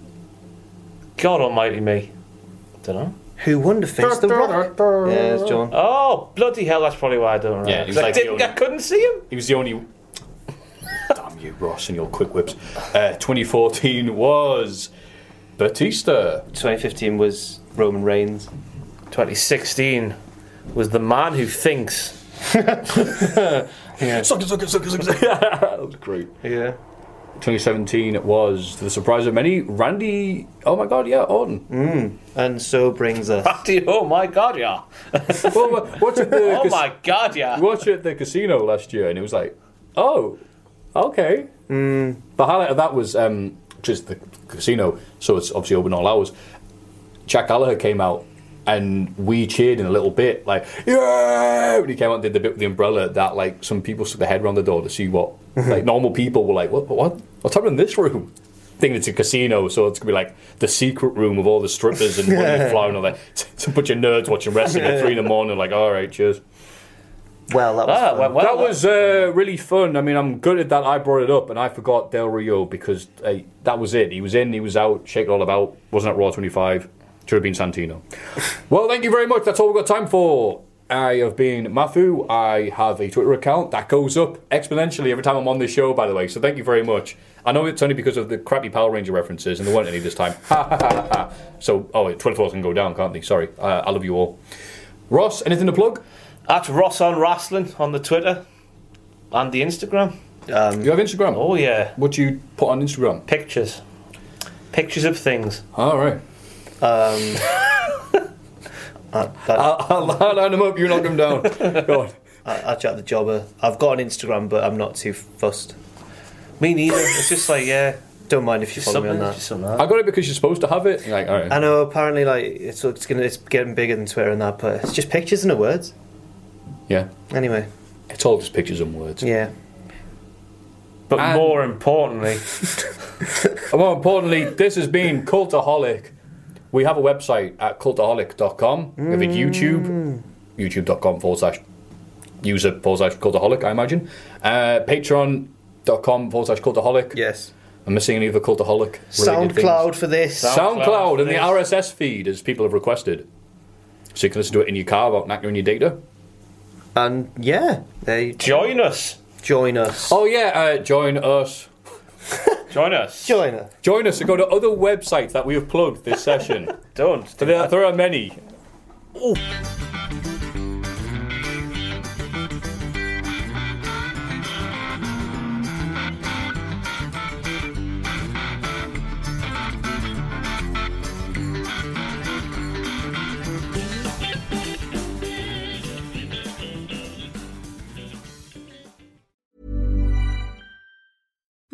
D: God almighty me. Don't know.
C: Who won to face the Rock? yeah, it's John.
D: Oh, bloody hell, that's probably why I don't remember.
B: Yeah, he was
D: 'Cause I,
B: like the
D: didn't,
B: only-
D: I couldn't see him.
B: He was the only. Damn you, Ross, and your quick whips. Uh, 2014 was Batista.
C: 2015 was Roman Reigns.
D: 2016 was the man who thinks.
B: Suck it, suck it, suck it, suck it. that was great.
C: Yeah.
B: 2017 was to the surprise of many. Randy. Oh my God, yeah, Orton.
C: And so brings us.
D: Oh my god, yeah.
B: well, wha- watch it. The,
D: Oh my god, yeah.
B: We watched it at the casino last year, and it was like, oh, okay. The highlight of that was um, just the casino, so it's obviously open all hours. Jack Gallagher came out and we cheered in a little bit, like, yeah! When he came out and did the bit with the umbrella, that, like, some people stuck their head around the door to see what, like, normal people were like, what, what, what's happening in this room? Thinking it's a casino, so it's gonna be like the secret room of all the strippers and women flying all that. It's a bunch of nerds watching wrestling at three in the morning, like, all right, cheers.
C: Well, that was.
D: Ah,
C: fun.
D: well, well,
B: that was uh, really fun. I mean, I'm gutted that I brought it up and I forgot Del Rio because uh, that was it. He was in, he was out, shake it all about. Wasn't at Raw 25. Should have been Santino. well, thank you very much. That's all we've got time for. I have been Matthew. I have a Twitter account that goes up exponentially every time I'm on this show, by the way. So thank you very much. I know it's only because of the crappy Power Ranger references, and there weren't any this time. Ha ha ha ha. So, oh, Twitter followers can go down, can't they? Sorry. Uh, I love you all. Ross, anything to plug?
D: At Ross on Wrestling on the Twitter and the Instagram.
B: You have Instagram?
D: Oh, yeah.
B: What do you put on Instagram?
D: Pictures. Pictures of things.
B: All right.
C: Um, uh, That-
B: I'll, I'll line them up. You knock them down. Go on.
C: I, I chat the jobber. I've got an Instagram, but I'm not too fussed.
D: Me neither. It's just like, yeah,
C: Don't mind if you
D: just
C: follow me
D: something.
C: on
D: Just
C: that.
D: something like
B: I
D: that.
B: got it because you're supposed to have it. Like, all right.
C: I know. Apparently, like it's it's gonna it's getting bigger than Twitter and that, but it's just pictures and the words.
B: yeah.
C: Anyway,
B: It's all just pictures and words.
C: yeah.
D: But
B: And-
D: more importantly,
B: And more importantly, this has been Cultaholic. We have a website at cultaholic.com. We have a
C: Mm.
B: YouTube, youtube.com forward slash user forward slash cultaholic, I imagine. Uh, Patreon.com forward slash cultaholic.
C: Yes.
B: I'm missing any of the cultaholic. related things.
C: SoundCloud for this.
B: SoundCloud,
D: SoundCloud
B: and the
D: please.
B: RSS feed, as people have requested. So you can listen to it in your car without knacking your data.
C: and yeah, they
D: join us.
C: join us.
B: Oh yeah, uh, join us.
D: Join us.
C: join us.
B: Join us and go to other websites that we have plugged this session.
D: Don't. do
B: there,
D: that.
B: there are many.